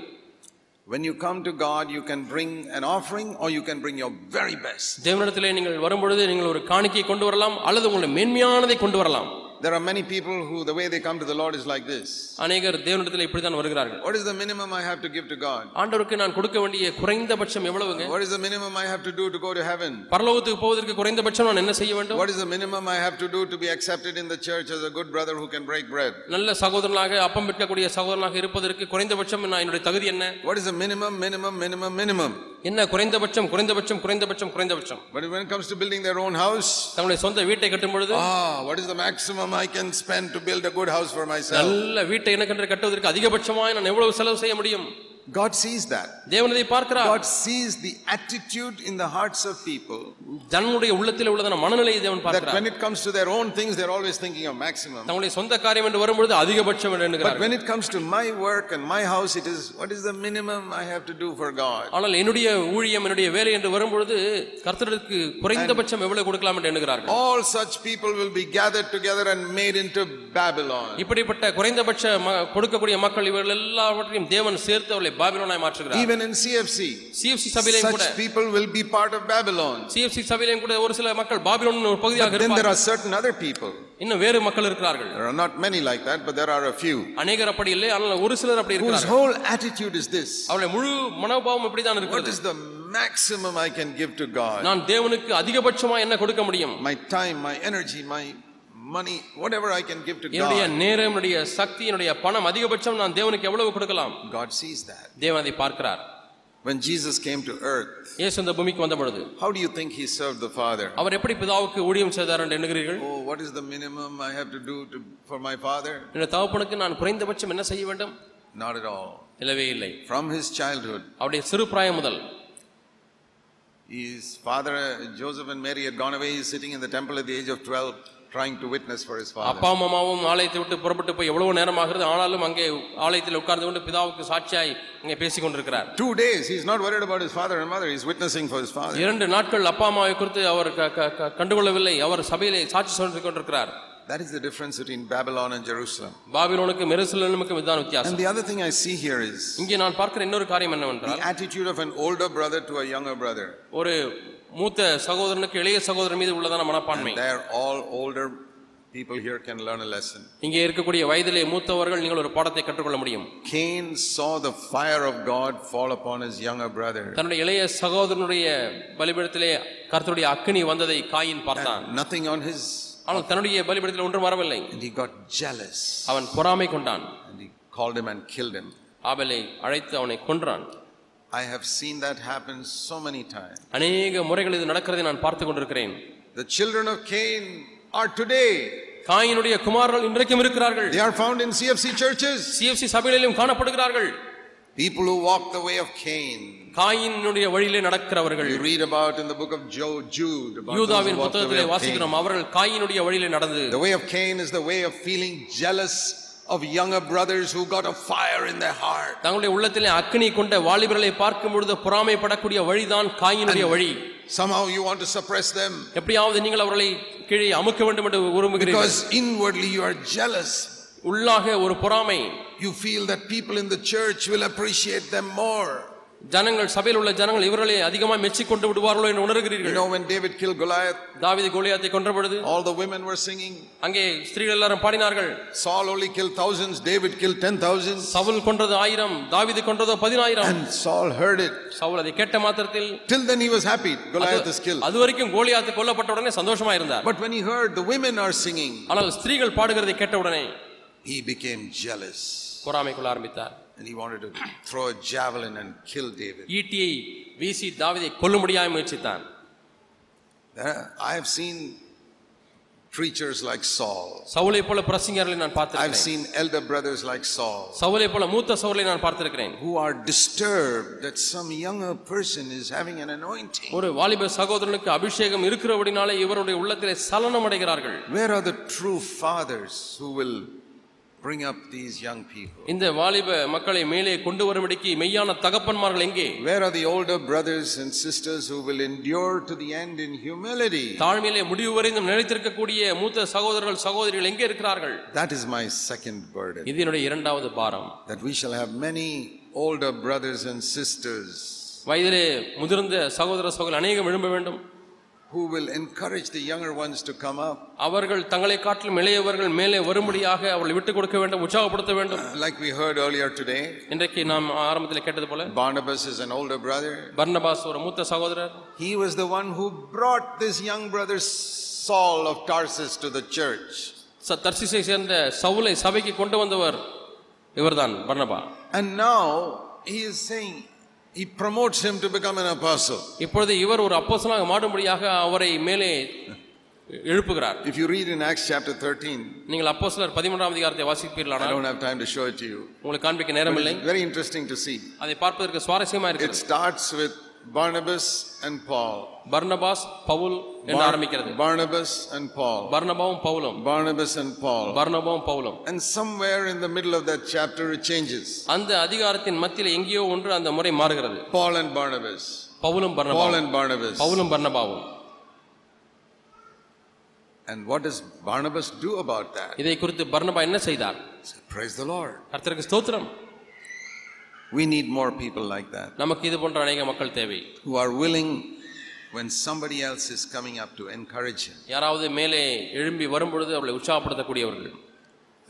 [SPEAKER 1] When you come to God, you can bring an offering or you can bring your very best.
[SPEAKER 2] தேவனிடத்திலே நீங்கள் வரும்பொழுது நீங்கள் ஒரு காணிக்கை கொண்டு வரலாம் அல்லது உங்களுடைய மேன்மையானதை கொண்டு வரலாம்
[SPEAKER 1] There are many people who, the way they come to the Lord is like this
[SPEAKER 2] அநேகர் தேவனிடத்தில் இப்படித்தான் வருகிறார்கள்
[SPEAKER 1] What is the minimum I have to give to God?
[SPEAKER 2] ஆண்டவருக்கு நான் கொடுக்க வேண்டிய குறைந்தபட்சம் எவ்வளவுங்க
[SPEAKER 1] What is the minimum I have to do to go to heaven?
[SPEAKER 2] பரலோகத்துக்கு போவதற்கு குறைந்தபட்சம் நான் என்ன செய்ய வேண்டும்
[SPEAKER 1] What is the minimum I have to do to be accepted in the church as a good brother who can break bread?
[SPEAKER 2] நல்ல சகோதரனாக அப்பம் விற்கக்கூடிய சகோதரனாக இருப்பதற்கு குறைந்தபட்சம் நான் என்னுடைய தகுதி என்ன
[SPEAKER 1] What is the minimum, minimum, minimum, minimum?
[SPEAKER 2] என்ன குறைந்தபட்சம் குறைந்தபட்சம் குறைந்தபட்சம் குறைந்தபட்சம்
[SPEAKER 1] But when it comes to building their own house,
[SPEAKER 2] தன்னுடைய சொந்த வீட்டை கட்டும் பொழுது
[SPEAKER 1] ah, what is the maximum I can spend to build a good house for myself?
[SPEAKER 2] நல்ல வீட்டை எனக்கென்று கட்டுவதற்கு அதிகபட்சமாய் நான் எவ்வளவு செலவு செய்ய முடியும்
[SPEAKER 1] God sees that.
[SPEAKER 2] தேவன் இதை பார்க்கிறார்
[SPEAKER 1] God sees the attitude in the hearts of people
[SPEAKER 2] தன்னுடைய உள்ளத்தில் உள்ளதான மனநிலையை தேவன்
[SPEAKER 1] that
[SPEAKER 2] பார்க்கிறார்
[SPEAKER 1] when it comes to their own things, they're always thinking of maximum.
[SPEAKER 2] தங்களுடைய சொந்த காரியம் என்று வரும்பொழுது அதிகபட்சம் என்று
[SPEAKER 1] But
[SPEAKER 2] எண்ணுகிறார்கள்
[SPEAKER 1] when it comes to my work and my house, it is what is the minimum I have to do for God?
[SPEAKER 2] ஆனால் என்னுடைய ஊழியம் என்னுடைய வேலை என்று வரும்பொழுது கர்த்தருக்கு குறைந்தபட்சம் எவ்வளவு கொடுக்கலாம் என்று எண்ணுகிறார்கள்
[SPEAKER 1] All such people will be gathered together and made into Babylon.
[SPEAKER 2] இப்படிப்பட்ட குறைந்தபட்ச ம- கொடுக்கக்கூடிய மக்கள் இவர்கள் எல்லாவற்றையும் தேவன் சேர்த்து அவர்களை பாபிலோனாய் மாற்றுகிறார்
[SPEAKER 1] Even in CFC,
[SPEAKER 2] சிஎஃப்சி சபையிலையும் கூட
[SPEAKER 1] such people will be part of Babylon.
[SPEAKER 2] CFC சபையிலையும் கூட ஒரு சில மக்கள் பாபிலோன் ஒரு பகுதியாக
[SPEAKER 1] Then there
[SPEAKER 2] இருப்பார்கள்
[SPEAKER 1] are certain other people.
[SPEAKER 2] இன்னும் வேறு மக்கள் இருக்கிறார்கள்
[SPEAKER 1] There are not many like that, but there are a few.
[SPEAKER 2] அநேகர் அப்படி இல்லை ஆனால் ஒரு சிலர் அப்படி
[SPEAKER 1] Whose
[SPEAKER 2] இருக்கிறார்கள்
[SPEAKER 1] whole attitude is this
[SPEAKER 2] அவருடைய முழு மனோபாவம் இப்படிதான்
[SPEAKER 1] What
[SPEAKER 2] இருக்கிறது
[SPEAKER 1] is the maximum I can give to God?
[SPEAKER 2] நான் தேவனுக்கு அதிகபட்சமா என்ன கொடுக்க முடியும்
[SPEAKER 1] My time, my energy, my money, whatever I can give to
[SPEAKER 2] என்னுடைய
[SPEAKER 1] God.
[SPEAKER 2] நேரம் என்னுடைய சக்தி என்னுடைய பணம் அதிகபட்சம் நான் தேவனுக்கு எவ்வளவு கொடுக்கலாம்
[SPEAKER 1] God sees that.
[SPEAKER 2] தேவன் அதை பார்க்கிறார்
[SPEAKER 1] When Jesus came to earth,
[SPEAKER 2] இயேசு இந்த பூமிக்கு வந்த பொழுது
[SPEAKER 1] how do you think he served the Father?
[SPEAKER 2] அவர் எப்படி பிதாவுக்கு ஊழியம் செய்தார் என்று எண்ணுகிறீர்கள்
[SPEAKER 1] Oh, what is the minimum I have to do to, for my Father?
[SPEAKER 2] என்னுடைய தகப்பனுக்கு நான் குறைந்தபட்சம் என்ன செய்ய வேண்டும்
[SPEAKER 1] Not at all.
[SPEAKER 2] இல்லவே இல்லை
[SPEAKER 1] From his childhood,
[SPEAKER 2] அவருடைய சிறு பிராயம் முதல்
[SPEAKER 1] his father, uh, Joseph and Mary, had gone away. He's sitting in the temple at the age of 12, trying to witness for his father.
[SPEAKER 2] அப்பா அம்மாவும் ஆலயத்தை விட்டு புறப்பட்டு போய் எவ்வளவு நேரமாகிறது ஆனாலும் அங்கே ஆலயத்தில் உட்கார்ந்து கொண்டு பிதாவுக்கு சாட்சியாய் இங்கே பேசிக் கொண்டிருக்கிறார்
[SPEAKER 1] Two days, he's not worried about his father and mother. He's witnessing for his father.
[SPEAKER 2] இரண்டு நாட்கள் அப்பா அம்மாவை குறித்து அவர் க- க- க- கண்டுகொள்ளவில்லை அவர் சபையிலே சாட்சி சொல்லிக் கொண்டிருக்கிறார்
[SPEAKER 1] That is the difference between Babylon and Jerusalem.
[SPEAKER 2] பாபிலோனுக்கு மெருசலனுக்கும் இதுதான்
[SPEAKER 1] And
[SPEAKER 2] வித்தியாசம்
[SPEAKER 1] the other thing I see here is
[SPEAKER 2] இங்கே நான் பார்க்கிற இன்னொரு காரியம் என்னவென்றால்
[SPEAKER 1] the attitude of an older brother to a younger brother.
[SPEAKER 2] ஒரு மூத்த சகோதரனுக்கு இளைய சகோதரன் மீது உள்ளதான மனப்பான்மை
[SPEAKER 1] They are all older people here can learn a lesson.
[SPEAKER 2] இங்கே இருக்கக்கூடிய வயதிலே மூத்தவர்கள் நீங்கள் ஒரு பாடத்தை கற்றுக்கொள்ள முடியும்
[SPEAKER 1] Cain saw the fire of God fall upon his younger brother.
[SPEAKER 2] தன்னுடைய இளைய சகோதரனுடைய பலிபீடத்திலே கர்த்தருடைய அக்கினி வந்ததை காயின் பார்த்தான்
[SPEAKER 1] Nothing on his.
[SPEAKER 2] ஆனால் தன்னுடைய பலிபீடத்தில் ஒன்றும் வரவில்லை
[SPEAKER 1] And he got jealous.
[SPEAKER 2] அவன் பொறாமை கொண்டான்
[SPEAKER 1] And he called him and killed him.
[SPEAKER 2] ஆபேலை அழைத்து அவனை கொன்றான்
[SPEAKER 1] I have seen that happen so many times.
[SPEAKER 2] அநேக முறைகள் இது நடக்கிறதை நான் பார்த்து கொண்டிருக்கிறேன்
[SPEAKER 1] The children of Cain are today.
[SPEAKER 2] காயினுடைய குமாரர்கள் இன்றைக்கும் இருக்கிறார்கள்
[SPEAKER 1] They are found in CFC churches.
[SPEAKER 2] CFC சபைகளிலும் காணப்படுகிறார்கள்
[SPEAKER 1] People who walk the way of Cain.
[SPEAKER 2] காயினுடைய வழியிலே நடக்கிறவர்கள்
[SPEAKER 1] You read about in the book of Jo- Jude. About those who
[SPEAKER 2] யூதாவின்
[SPEAKER 1] walk the way
[SPEAKER 2] புத்தகத்திலே
[SPEAKER 1] of Cain.
[SPEAKER 2] வாசிக்கிறோம் அவர்கள் காயினுடைய வழியிலே நடந்து
[SPEAKER 1] The way of Cain is the way of feeling jealous of younger brothers who got a fire in their heart.
[SPEAKER 2] தங்களுடைய உள்ளத்திலே அக்கினி கொண்ட வாலிபர்களை பார்க்கும் பொழுது பொறாமைப்படக்கூடிய வழிதான் காயினுடைய வழி
[SPEAKER 1] Somehow you want to suppress them
[SPEAKER 2] எப்படியாவது நீங்கள் அவர்களை கீழே அமுக்க வேண்டும் என்று விரும்புகிறீர்கள்
[SPEAKER 1] because inwardly you are jealous.
[SPEAKER 2] உள்ளாக ஒரு பொறாமை
[SPEAKER 1] You feel that people in the church will appreciate them more.
[SPEAKER 2] ஜனங்கள் சபையில் உள்ள ஜனங்கள் இவர்களை அதிகமாக மெச்சிக் கொண்டு விடுவார்களோ என்று
[SPEAKER 1] You
[SPEAKER 2] உணர்கிறீர்கள்
[SPEAKER 1] know, when David killed Goliath,
[SPEAKER 2] தாவீது கோலியாத்தை கொன்ற பொழுது
[SPEAKER 1] all the women were singing.
[SPEAKER 2] அங்கே ஸ்திரீகள் எல்லாரும் பாடினார்கள்
[SPEAKER 1] Saul only killed thousands, David killed ten thousands.
[SPEAKER 2] Saul கொன்றது ஆயிரம் தாவீது கொன்றதோ பதினாயிரம்
[SPEAKER 1] And Saul heard it.
[SPEAKER 2] Saul அதை கேட்ட மாத்திரத்தில்
[SPEAKER 1] Till then he was happy. Goliath is killed.
[SPEAKER 2] அது வரைக்கும் கோலியாத்து கொல்லப்பட்ட உடனே சந்தோஷமா இருந்தார்
[SPEAKER 1] But when he heard the women are singing,
[SPEAKER 2] ஆனால் ஸ்திரீகள் பாடுகிறதை கேட்ட உடனே
[SPEAKER 1] he became jealous.
[SPEAKER 2] பொறாமை கொள்ள ஆரம்பித்தார்
[SPEAKER 1] And he wanted to throw a javelin and kill David.
[SPEAKER 2] ஈட்டியை வீசி தாவீதை கொல்ல முடியாமல் முயற்சித்தான்
[SPEAKER 1] There- I have seen preachers like Saul.
[SPEAKER 2] சவுலை போல பிரசங்கர்களை நான்
[SPEAKER 1] I've
[SPEAKER 2] பார்த்திருக்கிறேன்
[SPEAKER 1] seen elder brothers like Saul
[SPEAKER 2] சவுலை போல மூத்த சவுலை நான் பார்த்திருக்கிறேன்
[SPEAKER 1] who are disturbed that some younger person is having an anointing.
[SPEAKER 2] ஒரு வாலிப சகோதரனுக்கு அபிஷேகம் இருக்கிறபடினாலே இவருடைய உள்ளத்திலே சலனம் அடைகிறார்கள்
[SPEAKER 1] Where are the true fathers who will bring up these young people?
[SPEAKER 2] இந்த வாலிப மக்களை மேலே கொண்டு வரும்படிக்கு மெய்யான தகப்பன்மார்கள் எங்கே
[SPEAKER 1] Where are the older brothers and sisters who will endure to the end in humility?
[SPEAKER 2] தாழ்மையிலே முடிவு வரைந்தும் நிலைத்திருக்கக்கூடிய மூத்த சகோதரர்கள் சகோதரிகள் எங்கே இருக்கிறார்கள்
[SPEAKER 1] That is my second burden.
[SPEAKER 2] இது என்னுடைய இரண்டாவது பாரம்
[SPEAKER 1] That we shall have many older brothers and sisters
[SPEAKER 2] வயதிலே முதிர்ந்த சகோதர சகோதரர் அநேகம் எழும்ப வேண்டும்
[SPEAKER 1] who will encourage the younger ones to come up.
[SPEAKER 2] அவர்கள் தங்களை காட்டிலும் இளையவர்கள் மேலே வரும்படியாக அவர்களை விட்டுக் கொடுக்க வேண்டும் உற்சாகப்படுத்த வேண்டும்
[SPEAKER 1] Like we heard earlier today,
[SPEAKER 2] இன்றைக்கு நாம் ஆரம்பத்தில் கேட்டது போல
[SPEAKER 1] Barnabas is an older brother.
[SPEAKER 2] Barnabas ஒரு மூத்த சகோதரர்
[SPEAKER 1] He was the one who brought this young brother Saul of Tarsus to the church.
[SPEAKER 2] ச- தர்சிசை சேர்ந்த சவுலை சபைக்கு கொண்டு வந்தவர் இவர்தான் பர்னபா
[SPEAKER 1] And now he is saying, he promotes him to become an apostle.
[SPEAKER 2] இப்பொழுது இவர் ஒரு அப்போஸ்தலனாக மாறும்படியாக அவரை மேலே எழுப்புகிறார்
[SPEAKER 1] If you read in Acts chapter 13,
[SPEAKER 2] நீங்கள் அப்போ சிலர் பதிமூன்றாம் அதிகாரத்தை
[SPEAKER 1] I
[SPEAKER 2] வாசிப்பீர்களானால்
[SPEAKER 1] don't have time to show it to you.
[SPEAKER 2] உங்களுக்கு காண்பிக்க நேரம் இல்லை
[SPEAKER 1] It's very interesting to see.
[SPEAKER 2] அதை பார்ப்பதற்கு சுவாரஸ்யமா
[SPEAKER 1] It
[SPEAKER 2] இருக்கிறது
[SPEAKER 1] starts with Barnabas and Paul.
[SPEAKER 2] Barnabas Pavul என்று
[SPEAKER 1] Bar-
[SPEAKER 2] ஆரம்பிக்கிறது
[SPEAKER 1] Barnabas and Paul.
[SPEAKER 2] பர்னபாவும் பவுலும்
[SPEAKER 1] Barnabas and Paul.
[SPEAKER 2] பர்னபாவும் பவுலும்
[SPEAKER 1] And somewhere in the middle of that chapter, it changes.
[SPEAKER 2] அந்த அதிகாரத்தின் மத்தியில் எங்கேயோ ஒன்று அந்த முறை மாறுகிறது
[SPEAKER 1] Paul and Barnabas.
[SPEAKER 2] பவுலும்
[SPEAKER 1] Paul
[SPEAKER 2] பர்னபாவும்
[SPEAKER 1] and Barnabas.
[SPEAKER 2] பவுலும் பர்னபாவும்
[SPEAKER 1] And what does Barnabas do about that?
[SPEAKER 2] இதை குறித்து பர்னபா என்ன செய்தார்
[SPEAKER 1] He said, Praise the Lord.
[SPEAKER 2] கர்த்தருக்கு ஸ்தோத்திரம்
[SPEAKER 1] We need more people like that
[SPEAKER 2] நமக்கு இது போன்ற அநேக மக்கள் தேவை
[SPEAKER 1] who are willing when somebody else is coming up to encourage him.
[SPEAKER 2] யாராவது மேலே எழும்பி வரும்பொழுது அவர்களை உற்சாகப்படுத்தக்கூடியவர்கள்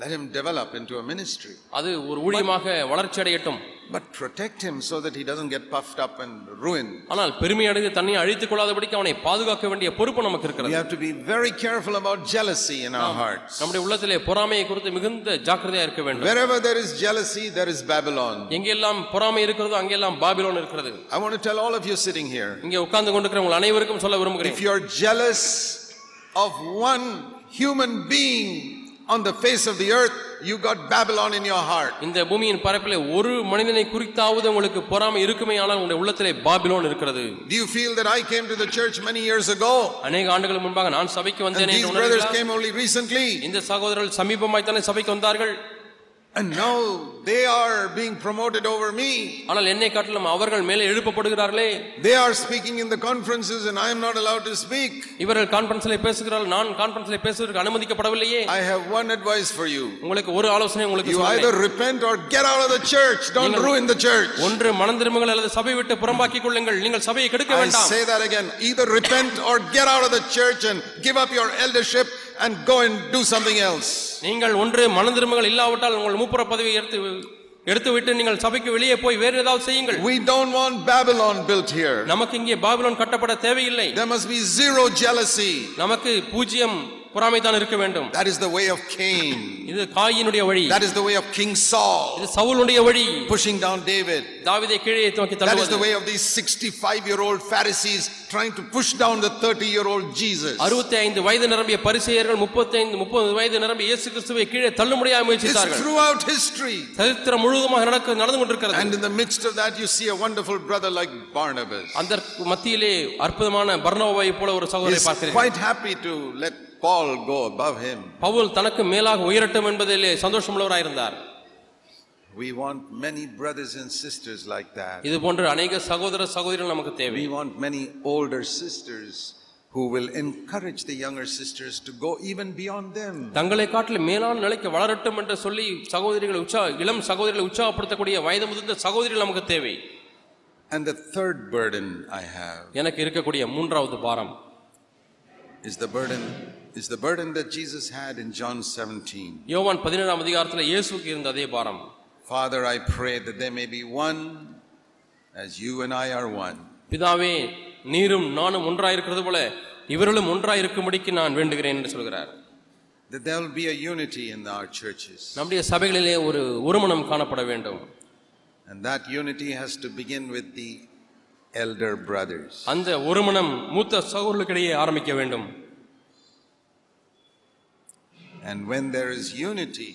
[SPEAKER 1] Let him develop into a ministry.
[SPEAKER 2] அது ஒரு ஊழியமாக வளர்ச்சி அடையட்டும்
[SPEAKER 1] But protect him so that he doesn't get puffed up and ruined.
[SPEAKER 2] ஆனால் பெருமை அடைந்து தன்னை அழித்துக் கொள்ளாதபடிக்கு அவனை பாதுகாக்க வேண்டிய பொறுப்பு நமக்கு
[SPEAKER 1] We
[SPEAKER 2] இருக்கிறது
[SPEAKER 1] have to be very careful about jealousy in our hearts.
[SPEAKER 2] நம்முடைய உள்ளத்திலே பொறாமையை குறித்து மிகுந்த ஜாக்கிரதையா இருக்க வேண்டும்
[SPEAKER 1] Wherever there is jealousy, there is Babylon.
[SPEAKER 2] எங்கெல்லாம் பொறாமை இருக்கிறதோ அங்கெல்லாம் பாபிலோன் இருக்கிறது
[SPEAKER 1] I want to tell all of you sitting here
[SPEAKER 2] இங்கே உட்கார்ந்து கொண்டிருக்கிற உங்கள் அனைவருக்கும் சொல்ல விரும்புகிறேன்
[SPEAKER 1] if you're jealous of one human being on the face of the earth, you got Babylon in your heart.
[SPEAKER 2] இந்த பூமியின் பரப்பிலே ஒரு மனிதனை குறித்தாவது உங்களுக்கு பொறாமை இருக்குமே ஆனால் உங்களுடைய உள்ளத்திலே பாபிலோன் இருக்கிறது
[SPEAKER 1] Do you feel that I came to the church many years ago
[SPEAKER 2] அநேக ஆண்டுகள் முன்பாக நான் சபைக்கு
[SPEAKER 1] and
[SPEAKER 2] வந்தேன்
[SPEAKER 1] these
[SPEAKER 2] என்று
[SPEAKER 1] brothers
[SPEAKER 2] உணர்கிறீர்களா?
[SPEAKER 1] came only recently
[SPEAKER 2] இந்த சகோதரர்கள் சமீபமாய்த்தானே சபைக்கு வந்தார்கள்
[SPEAKER 1] and now they are being promoted over me?
[SPEAKER 2] ஆனால் என்னை காட்டிலும் அவர்கள் மேலே எழுப்பப்படுகிறார்களே
[SPEAKER 1] They are speaking in the conferences and I am not allowed to speak.
[SPEAKER 2] இவர்கள் கான்பரன்ஸில் பேசுகிறார்கள் நான் கான்பரன்ஸில் பேசுவதற்கு அனுமதிக்கப்படவில்லையே
[SPEAKER 1] I have one advice for you.
[SPEAKER 2] உங்களுக்கு ஒரு ஆலோசனை உங்களுக்கு
[SPEAKER 1] You either
[SPEAKER 2] சொல்கிறேன்.
[SPEAKER 1] repent or get out of the church. Don't
[SPEAKER 2] நீங்கள்-
[SPEAKER 1] ruin the church.
[SPEAKER 2] ஒன்று மனம் திரும்புங்கள் அல்லது சபை விட்டு புறம்பாக்கிக் கொள்ளுங்கள் நீங்கள் சபையை கெடுக்க
[SPEAKER 1] I
[SPEAKER 2] வேண்டாம்
[SPEAKER 1] say that again. Either repent or get out of the church and give up your eldership and go and do something else.
[SPEAKER 2] நீங்கள் ஒன்று மனம் திரும்புங்கள் இல்லாவிட்டால் உங்கள் மூப்புற பதவியை எடுத்து எடுத்துவிட்டு நீங்கள் சபைக்கு வெளியே போய் வேறு ஏதாவது செய்யுங்கள்
[SPEAKER 1] We don't want Babylon built here.
[SPEAKER 2] நமக்கு இங்கே பாபிலோன் கட்டப்பட தேவையில்லை
[SPEAKER 1] There must be zero jealousy.
[SPEAKER 2] நமக்கு பூஜ்ஜியம் பொறாமை தான் இருக்க வேண்டும்
[SPEAKER 1] That is the way of Cain.
[SPEAKER 2] இது காயினுடைய வழி
[SPEAKER 1] That is the way of King Saul
[SPEAKER 2] இது சவுலுடைய வழி
[SPEAKER 1] pushing down David.
[SPEAKER 2] தாவீதை கீழே நோக்கி
[SPEAKER 1] That is the
[SPEAKER 2] தள்ளுவது
[SPEAKER 1] way of these 65 year old Pharisees trying to push down the 30 year old Jesus.
[SPEAKER 2] அறுபத்தி ஐந்து வயது நிரம்பிய பரிசெயர்கள் முப்பத்தி ஐந்து முப்பது வயது நிரம்பிய இயேசு கிறிஸ்துவை கீழே தள்ளுமுடியாக
[SPEAKER 1] It's
[SPEAKER 2] முயற்சித்தார்கள்
[SPEAKER 1] throughout history.
[SPEAKER 2] சரித்திரம் முழுவதுமாக நடக்க நடந்து கொண்டிருக்கிறது
[SPEAKER 1] And in the midst of that, you see a wonderful brother like Barnabas.
[SPEAKER 2] அந்த மத்தியிலே அற்புதமான பர்னோவை போல ஒரு சகோதரரை
[SPEAKER 1] He's
[SPEAKER 2] பார்க்கிறேன்
[SPEAKER 1] quite happy to let Paul go above him.
[SPEAKER 2] Pavul தனக்கு மேலாக உயரட்டும் என்பதிலே சந்தோஷமுள்ளவராயிருந்தார்
[SPEAKER 1] We want many brothers and sisters like that.
[SPEAKER 2] இது போன்ற அநேக சகோதர சகோதரிகள் நமக்கு தேவை
[SPEAKER 1] We want many older sisters who will encourage the younger sisters to go even beyond them.
[SPEAKER 2] தங்களை காட்டிலும் மேலான நிலைக்கு வளரட்டும் என்று சொல்லி சகோதரிகளை உற்சா இளம் சகோதரிகளை உற்சாகப்படுத்தக்கூடிய வயது முதிர்ந்த சகோதரிகள் நமக்கு தேவை
[SPEAKER 1] And the third burden I have
[SPEAKER 2] எனக்கு இருக்கக்கூடிய மூன்றாவது பாரம்
[SPEAKER 1] is the burden is the burden that Jesus had in John 17.
[SPEAKER 2] யோவான் பதினேழாம் அதிகாரத்தில் இயேசுக்கு இருந்த அதே பாரம்
[SPEAKER 1] Father, I pray that they may be one as you and I are one.
[SPEAKER 2] பிதாவே நீரும் நானும் ஒன்றாயிருக்கிறது போல இவர்களும் ஒன்றாயிருக்கும்படிக்கு நான் வேண்டுகிறேன் என்று சொல்கிறார்
[SPEAKER 1] That there will be a unity in our churches.
[SPEAKER 2] நம்முடைய சபைகளிலே ஒரு ஒருமனம் காணப்பட வேண்டும்
[SPEAKER 1] And that unity has to begin with the elder brothers.
[SPEAKER 2] அந்த ஒருமனம் மூத்த சகோதரர்களுக்கிடையே ஆரம்பிக்க வேண்டும்
[SPEAKER 1] And when there is unity,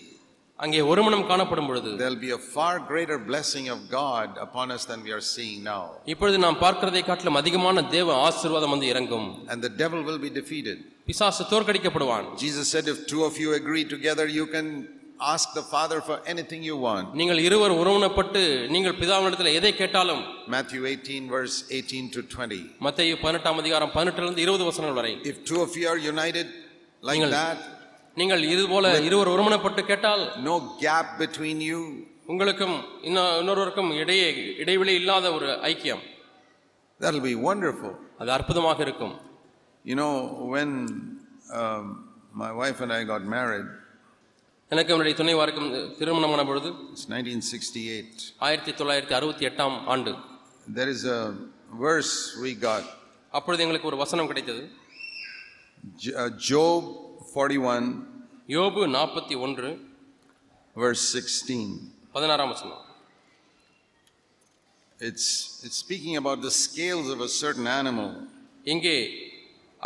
[SPEAKER 2] அங்கே ஒருமனம் காணப்படும் பொழுது
[SPEAKER 1] There'll be a far greater blessing of God upon us than we are seeing now.
[SPEAKER 2] இப்பொழுது நாம் பார்க்கிறதை காட்டிலும் அதிகமான தேவ ஆசீர்வாதம் வந்து இறங்கும்
[SPEAKER 1] And the devil will be defeated.
[SPEAKER 2] பிசாசு தோற்கடிக்கப்படுவான்
[SPEAKER 1] Jesus said, If two of you agree together, you can ask the Father for anything you want.
[SPEAKER 2] நீங்கள் இருவர் ஒருமனப்பட்டு நீங்கள் பிதாவினிடத்தில் எதை கேட்டாலும்
[SPEAKER 1] Matthew 18, verse 18 to 20.
[SPEAKER 2] மத்தேயு பதினெட்டாம் அதிகாரம் பதினெட்டிலிருந்து இருபது வசனங்கள் வரை
[SPEAKER 1] If two of you are united like
[SPEAKER 2] நீங்கள்-
[SPEAKER 1] that,
[SPEAKER 2] நீங்கள் இது போல இருவர் ஒருமனப்பட்டு கேட்டால்
[SPEAKER 1] no gap between you,
[SPEAKER 2] உங்களுக்கும் இன்னொ- இன்னொருவருக்கும் இடையே இடைவெளி இல்லாத ஒரு ஐக்கியம்
[SPEAKER 1] that'll be wonderful.
[SPEAKER 2] அது அற்புதமாக இருக்கும்
[SPEAKER 1] You know, when um, my wife and I got married,
[SPEAKER 2] எனக்கு என்னுடைய துணைவாருக்கும் திருமணமான பொழுது
[SPEAKER 1] it's 1968,
[SPEAKER 2] ஆயிரத்தி தொள்ளாயிரத்தி அறுபத்தி எட்டாம் ஆண்டு
[SPEAKER 1] there is a verse we got.
[SPEAKER 2] அப்பொழுது எங்களுக்கு ஒரு வசனம் கிடைத்தது
[SPEAKER 1] J- uh, Job 41,
[SPEAKER 2] யோபு நாற்பத்தி ஒன்று
[SPEAKER 1] verse 16.
[SPEAKER 2] பதினாறாம் வசனம்
[SPEAKER 1] It's, it's speaking about the scales of a certain animal.
[SPEAKER 2] இங்கே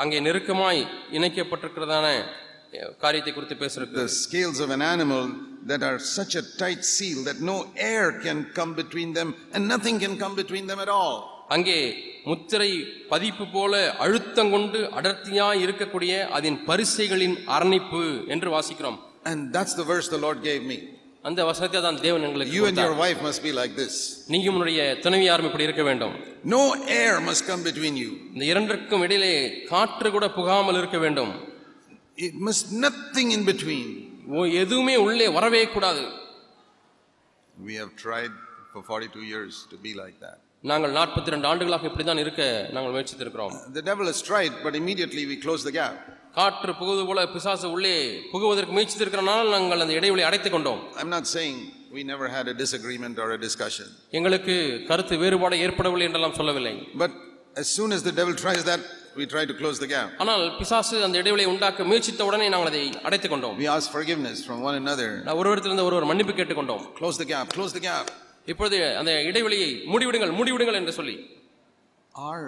[SPEAKER 2] அங்கே நெருக்கமாய் இணைக்கப்பட்டிருக்கிறதான அஹ், காரியத்தை குறித்து பேசுறது
[SPEAKER 1] The scales of an animal that are such a tight seal that no air can come between them and nothing can come between them at all.
[SPEAKER 2] அங்கே முத்திரை பதிப்பு போல அழுத்தம் கொண்டு அடர்த்தியாய் இருக்கக்கூடிய அதன் பரிசைகளின் அரணிப்பு என்று வாசிக்கிறோம்
[SPEAKER 1] And that's the verse the Lord gave me.
[SPEAKER 2] அந்த வசனத்தை தான் தேவன் எங்களுக்கு
[SPEAKER 1] You and your
[SPEAKER 2] கொடுத்தார்.
[SPEAKER 1] wife must be like this.
[SPEAKER 2] நீயும் உன்னுடைய துணைவியாரும் இப்படி இருக்க வேண்டும்
[SPEAKER 1] No air must come between you.
[SPEAKER 2] இந்த இரண்டிற்கும் இடையிலே காற்று கூட புகாமல் இருக்க வேண்டும்
[SPEAKER 1] It must nothing in between.
[SPEAKER 2] ஒ- எதுவுமே உள்ளே வரவே கூடாது
[SPEAKER 1] We have tried for 42 years to be like that.
[SPEAKER 2] நாங்கள் நாற்பத்தி ரெண்டு ஆண்டுகளாக இப்படி தான் இருக்க நாங்கள் முயற்சித்திருக்கிறோம்
[SPEAKER 1] The devil has tried, but immediately we close the gap.
[SPEAKER 2] காற்று புகுவது போல பிசாசு உள்ளே புகுவதற்கு முயற்சித்திருக்கிறனால் நாங்கள் அந்த இடைவெளி அடைத்துக் கொண்டோம்
[SPEAKER 1] I'm not saying we never had a disagreement or a discussion,
[SPEAKER 2] எங்களுக்கு கருத்து வேறுபாடு ஏற்படவில்லை என்றெல்லாம் சொல்லவில்லை
[SPEAKER 1] but as soon as the devil tries that, we try to close the gap.
[SPEAKER 2] ஆனால் பிசாசு அந்த இடைவெளியை உண்டாக்க முயற்சித்த உடனே நாங்கள் அதை அடைத்துக் கொண்டோம்
[SPEAKER 1] We ask forgiveness from one another.
[SPEAKER 2] நான் ஒருவரிடத்திலிருந்து ஒருவர் மன்னிப்பு கேட்டுக்கொண்டோம்
[SPEAKER 1] Close the gap, close the gap.
[SPEAKER 2] இப்பொழுது அந்த இடைவெளியை மூடிவிடுங்கள் மூடிவிடுங்கள் என்று சொல்லி
[SPEAKER 1] Are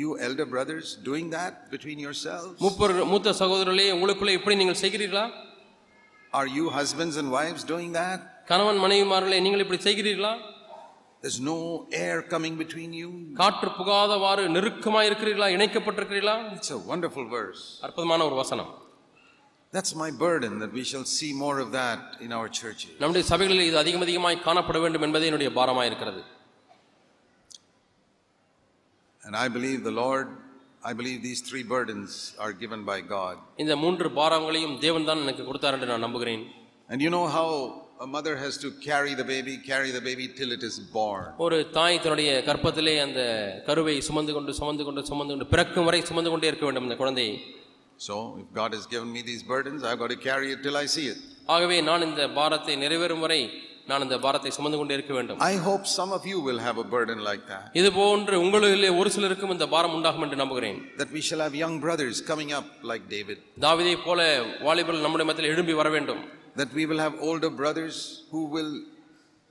[SPEAKER 1] you elder brothers doing that between yourselves?
[SPEAKER 2] மூப்பர் மூத்த சகோதரர்களே உங்களுக்குள்ளே இப்படி நீங்கள் செய்கிறீர்களா
[SPEAKER 1] Are you husbands and wives doing that?
[SPEAKER 2] கணவன் மனைவிமார்களே நீங்கள் இப்படி செய்கிறீர்களா
[SPEAKER 1] There's no air coming between you.
[SPEAKER 2] காற்று புகாதவாறு நெருக்கமாக இருக்கிறீர்களா இணைக்கப்பட்டிருக்கிறீர்களா
[SPEAKER 1] It's a wonderful verse.
[SPEAKER 2] அற்புதமான ஒரு வசனம்
[SPEAKER 1] That's my burden that we shall see more of that in our churches.
[SPEAKER 2] நம்முடைய சபைகளில் இது அதிகம் அதிகமாய் காணப்பட வேண்டும் என்பதே என்னுடைய பாரமாக இருக்கிறது
[SPEAKER 1] And I believe the Lord, I believe these three burdens are given by God.
[SPEAKER 2] இந்த மூன்று பாரங்களையும் தேவன் தான் எனக்கு கொடுத்தார் என்று நான் நம்புகிறேன்
[SPEAKER 1] And you know how a mother has to carry the baby, carry the baby till it is born.
[SPEAKER 2] ஒரு தாய் தன்னுடைய கற்பத்திலே அந்த கருவை சுமந்து கொண்டு சுமந்து கொண்டு சுமந்து கொண்டு பிறக்கும் வரை சுமந்து கொண்டே இருக்க வேண்டும் அந்த குழந்தையை
[SPEAKER 1] So if God has given me these burdens, I've got to carry it till I see it.
[SPEAKER 2] ஆகவே நான் இந்த பாரத்தை நிறைவேறும் வரை நான் இந்த பாரத்தை சுமந்து கொண்டே இருக்க வேண்டும்
[SPEAKER 1] I hope some of you will have a burden like that.
[SPEAKER 2] இது போன்று உங்களிலே ஒரு சிலருக்கும் இந்த பாரம் உண்டாகும் என்று நம்புகிறேன்
[SPEAKER 1] That we shall have young brothers coming up like David.
[SPEAKER 2] தாவீதை போல வாலிபர்கள் நம்முடைய மத்தியில் எழும்பி வர வேண்டும்
[SPEAKER 1] That we will have older brothers who will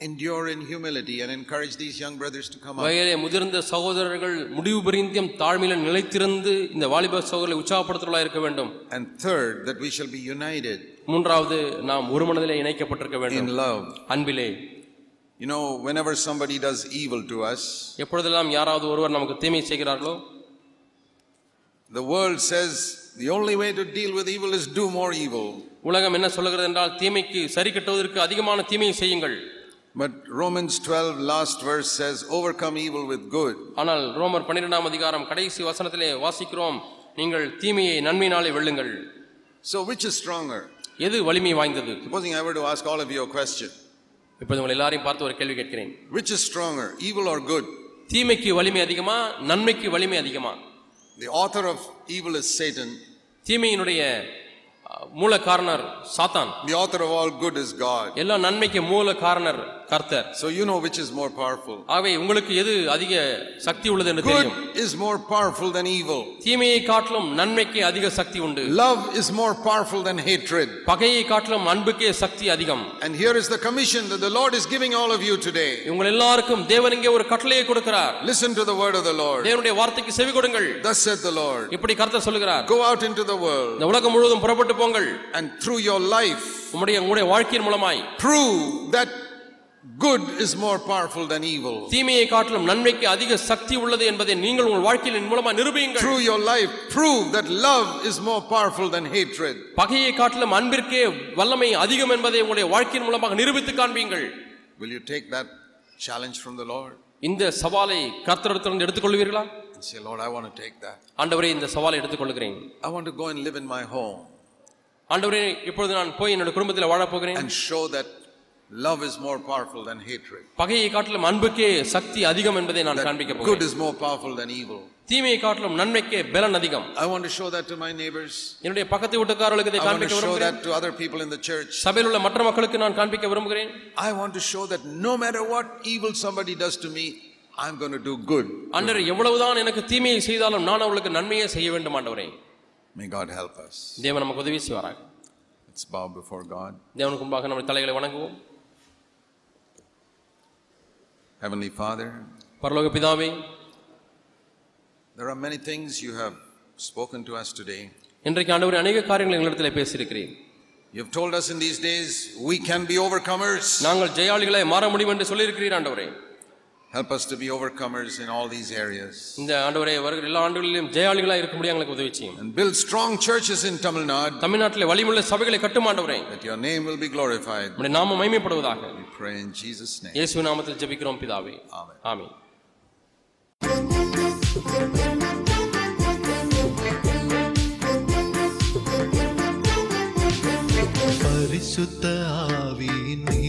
[SPEAKER 1] endure in humility and encourage these young brothers to come up.
[SPEAKER 2] வயதிலே முதிர்ந்த சகோதரர்கள் முடிவு பரிந்தியம் தாழ்மையில நிலைத்திருந்து இந்த வாலிப சகோதரர்களை உற்சாகப்படுத்துவதாக இருக்க வேண்டும்
[SPEAKER 1] And third, that we shall be united
[SPEAKER 2] மூன்றாவது நாம் ஒரு மனதிலே இணைக்கப்பட்டிருக்க வேண்டும்
[SPEAKER 1] in love.
[SPEAKER 2] அன்பிலே
[SPEAKER 1] You know, whenever somebody does evil to us,
[SPEAKER 2] எப்பொழுதெல்லாம் யாராவது ஒருவர் நமக்கு தீமை செய்கிறார்களோ
[SPEAKER 1] the world says the only way to deal with evil is do more evil.
[SPEAKER 2] உலகம் என்ன சொல்லுகிறது என்றால் தீமைக்கு சரி கட்டுவதற்கு அதிகமான தீமையை செய்யுங்கள்
[SPEAKER 1] But Romans 12, last verse says, overcome evil with good.
[SPEAKER 2] ஆனால் ரோமர் பன்னிரெண்டாம் அதிகாரம் கடைசி வசனத்திலே வாசிக்கிறோம் நீங்கள் தீமையை நன்மையினாலே வெல்லுங்கள்
[SPEAKER 1] So, which is stronger?
[SPEAKER 2] எது வலிமை வாய்ந்தது
[SPEAKER 1] Supposing I were to ask all of you a question
[SPEAKER 2] இப்போது உங்களை எல்லாரையும் பார்த்து ஒரு கேள்வி கேட்கிறேன்
[SPEAKER 1] Which is stronger, evil or good?
[SPEAKER 2] தீமைக்கு வலிமை அதிகமா நன்மைக்கு வலிமை அதிகமா
[SPEAKER 1] The author of evil is Satan,
[SPEAKER 2] தீமையினுடைய அஹ், மூல காரணர் சாத்தான்
[SPEAKER 1] the author of all good is God.
[SPEAKER 2] எல்லா நன்மைக்கு மூல காரணர் கர்த்தர்
[SPEAKER 1] So, you know which is more powerful.
[SPEAKER 2] ஆகவே உங்களுக்கு எது அதிக சக்தி உள்ளது என்று தெரியும்
[SPEAKER 1] Good is more powerful than evil,
[SPEAKER 2] தீமையை காட்டிலும் நன்மைக்கு அதிக சக்தி உண்டு
[SPEAKER 1] love is more powerful than hatred.
[SPEAKER 2] பகையை காட்டிலும் அன்புக்கே சக்தி அதிகம்
[SPEAKER 1] And here is the commission that the Lord is giving all of you today.
[SPEAKER 2] இவங்க எல்லாருக்கும் தேவன் இங்கே ஒரு கட்டளையை கொடுக்கிறார்
[SPEAKER 1] Listen to the word of the Lord.
[SPEAKER 2] தேவனுடைய வார்த்தைக்கு செவி கொடுங்கள்
[SPEAKER 1] Thus said the Lord
[SPEAKER 2] இப்படி கர்த்தர் சொல்லுகிறார்
[SPEAKER 1] Go out into the world
[SPEAKER 2] இந்த உலகம் முழுவதும் புறப்பட்டு போங்கள்
[SPEAKER 1] and through your life
[SPEAKER 2] உம்முடைய உங்களுடைய வாழ்க்கையின் மூலமாய்
[SPEAKER 1] prove that good is more powerful than evil.
[SPEAKER 2] தீமையை காட்டிலும் நன்மைக்கு அதிக சக்தி உள்ளது என்பதை நீங்கள் உங்கள் வாழ்க்கையின் மூலமா நிரூபியுங்கள்
[SPEAKER 1] Through your life, prove that love is more powerful than hatred.
[SPEAKER 2] பகையை காட்டிலும் அன்பிற்கே வல்லமை அதிகம் என்பதை உங்களுடைய வாழ்க்கையின் மூலமாக நிரூபித்து காண்பீங்கள்
[SPEAKER 1] Will you take that challenge from the Lord
[SPEAKER 2] இந்த சவாலை கர்த்தரிடத்திலிருந்து எடுத்துக்கொள்வீர்களா
[SPEAKER 1] and say, Lord, I want to take that?
[SPEAKER 2] ஆண்டவரே இந்த சவாலை எடுத்துக்கொள்கிறேன்
[SPEAKER 1] I want to go and live in my home
[SPEAKER 2] ஆண்டவரே இப்பொழுது நான் போய் என்னோட குடும்பத்தில் வாழப் போகிறேன்
[SPEAKER 1] and show that love is more powerful than hatred.
[SPEAKER 2] பகையை காட்டிலும் அன்புக்கே சக்தி அதிகம் என்பதை நான் காண்பிக்க
[SPEAKER 1] That good
[SPEAKER 2] போகிறேன்
[SPEAKER 1] is more powerful than evil.
[SPEAKER 2] தீமையை காட்டிலும் நன்மைக்கே பலன் அதிகம்
[SPEAKER 1] I want to show that to my neighbors.
[SPEAKER 2] என்னுடைய பக்கத்து வீட்டுக்காரர்களுக்கு இதை
[SPEAKER 1] I want to
[SPEAKER 2] காண்பிக்க
[SPEAKER 1] show
[SPEAKER 2] விரும்புகிறேன்
[SPEAKER 1] that to other people in the church.
[SPEAKER 2] சபையில் உள்ள மற்ற மக்களுக்கு நான் காண்பிக்க விரும்புகிறேன்
[SPEAKER 1] I want to show that no matter what evil somebody does to me, I'm going to do good.
[SPEAKER 2] ஆண்டவர் எவ்வளவுதான் எனக்கு தீமையை செய்தாலும் நான் அவளுக்கு நன்மையே செய்ய வேண்டும் ஆண்டவரே
[SPEAKER 1] May God help us.
[SPEAKER 2] தேவன் நமக்கு உதவி செய்வாராக
[SPEAKER 1] Let's bow before God.
[SPEAKER 2] தேவனுக்கு முன்பாக நம்முடைய தலைகளை வணங்குவோம்
[SPEAKER 1] Heavenly Father,
[SPEAKER 2] பரலோக பிதாவே
[SPEAKER 1] there are many things you have spoken to us today.
[SPEAKER 2] இன்றைக்கு ஆண்டவர் அநேக காரியங்கள் எங்களிடத்தில் பேசியிருக்கிறேன்
[SPEAKER 1] You've told us in these days we can be overcomers.
[SPEAKER 2] நாங்கள் ஜெயாளிகளை மாற முடியும் என்று சொல்லியிருக்கிறீர் ஆண்டவரே
[SPEAKER 1] Help us to be overcomers in all these areas.
[SPEAKER 2] இந்த ஆண்டவரே வருகிற எல்லா ஆண்டுகளிலும் ஜெயாளிகளாக இருக்க முடியும் எங்களுக்கு உதவி செய்யும்
[SPEAKER 1] And build strong churches in Tamil Nadu
[SPEAKER 2] தமிழ்நாட்டில் வலிமுள்ள சபைகளை கட்டும் ஆண்டவரே
[SPEAKER 1] that your name will be glorified.
[SPEAKER 2] நம்முடைய நாம மகிமைப்படுவதாக
[SPEAKER 1] We pray in Jesus' name.
[SPEAKER 2] இயேசு நாமத்தில் ஜெபிக்கிறோம் பிதாவே
[SPEAKER 1] ஆமென்.
[SPEAKER 2] ஆமென்
[SPEAKER 3] பரிசுத்த ஆவியின் நீ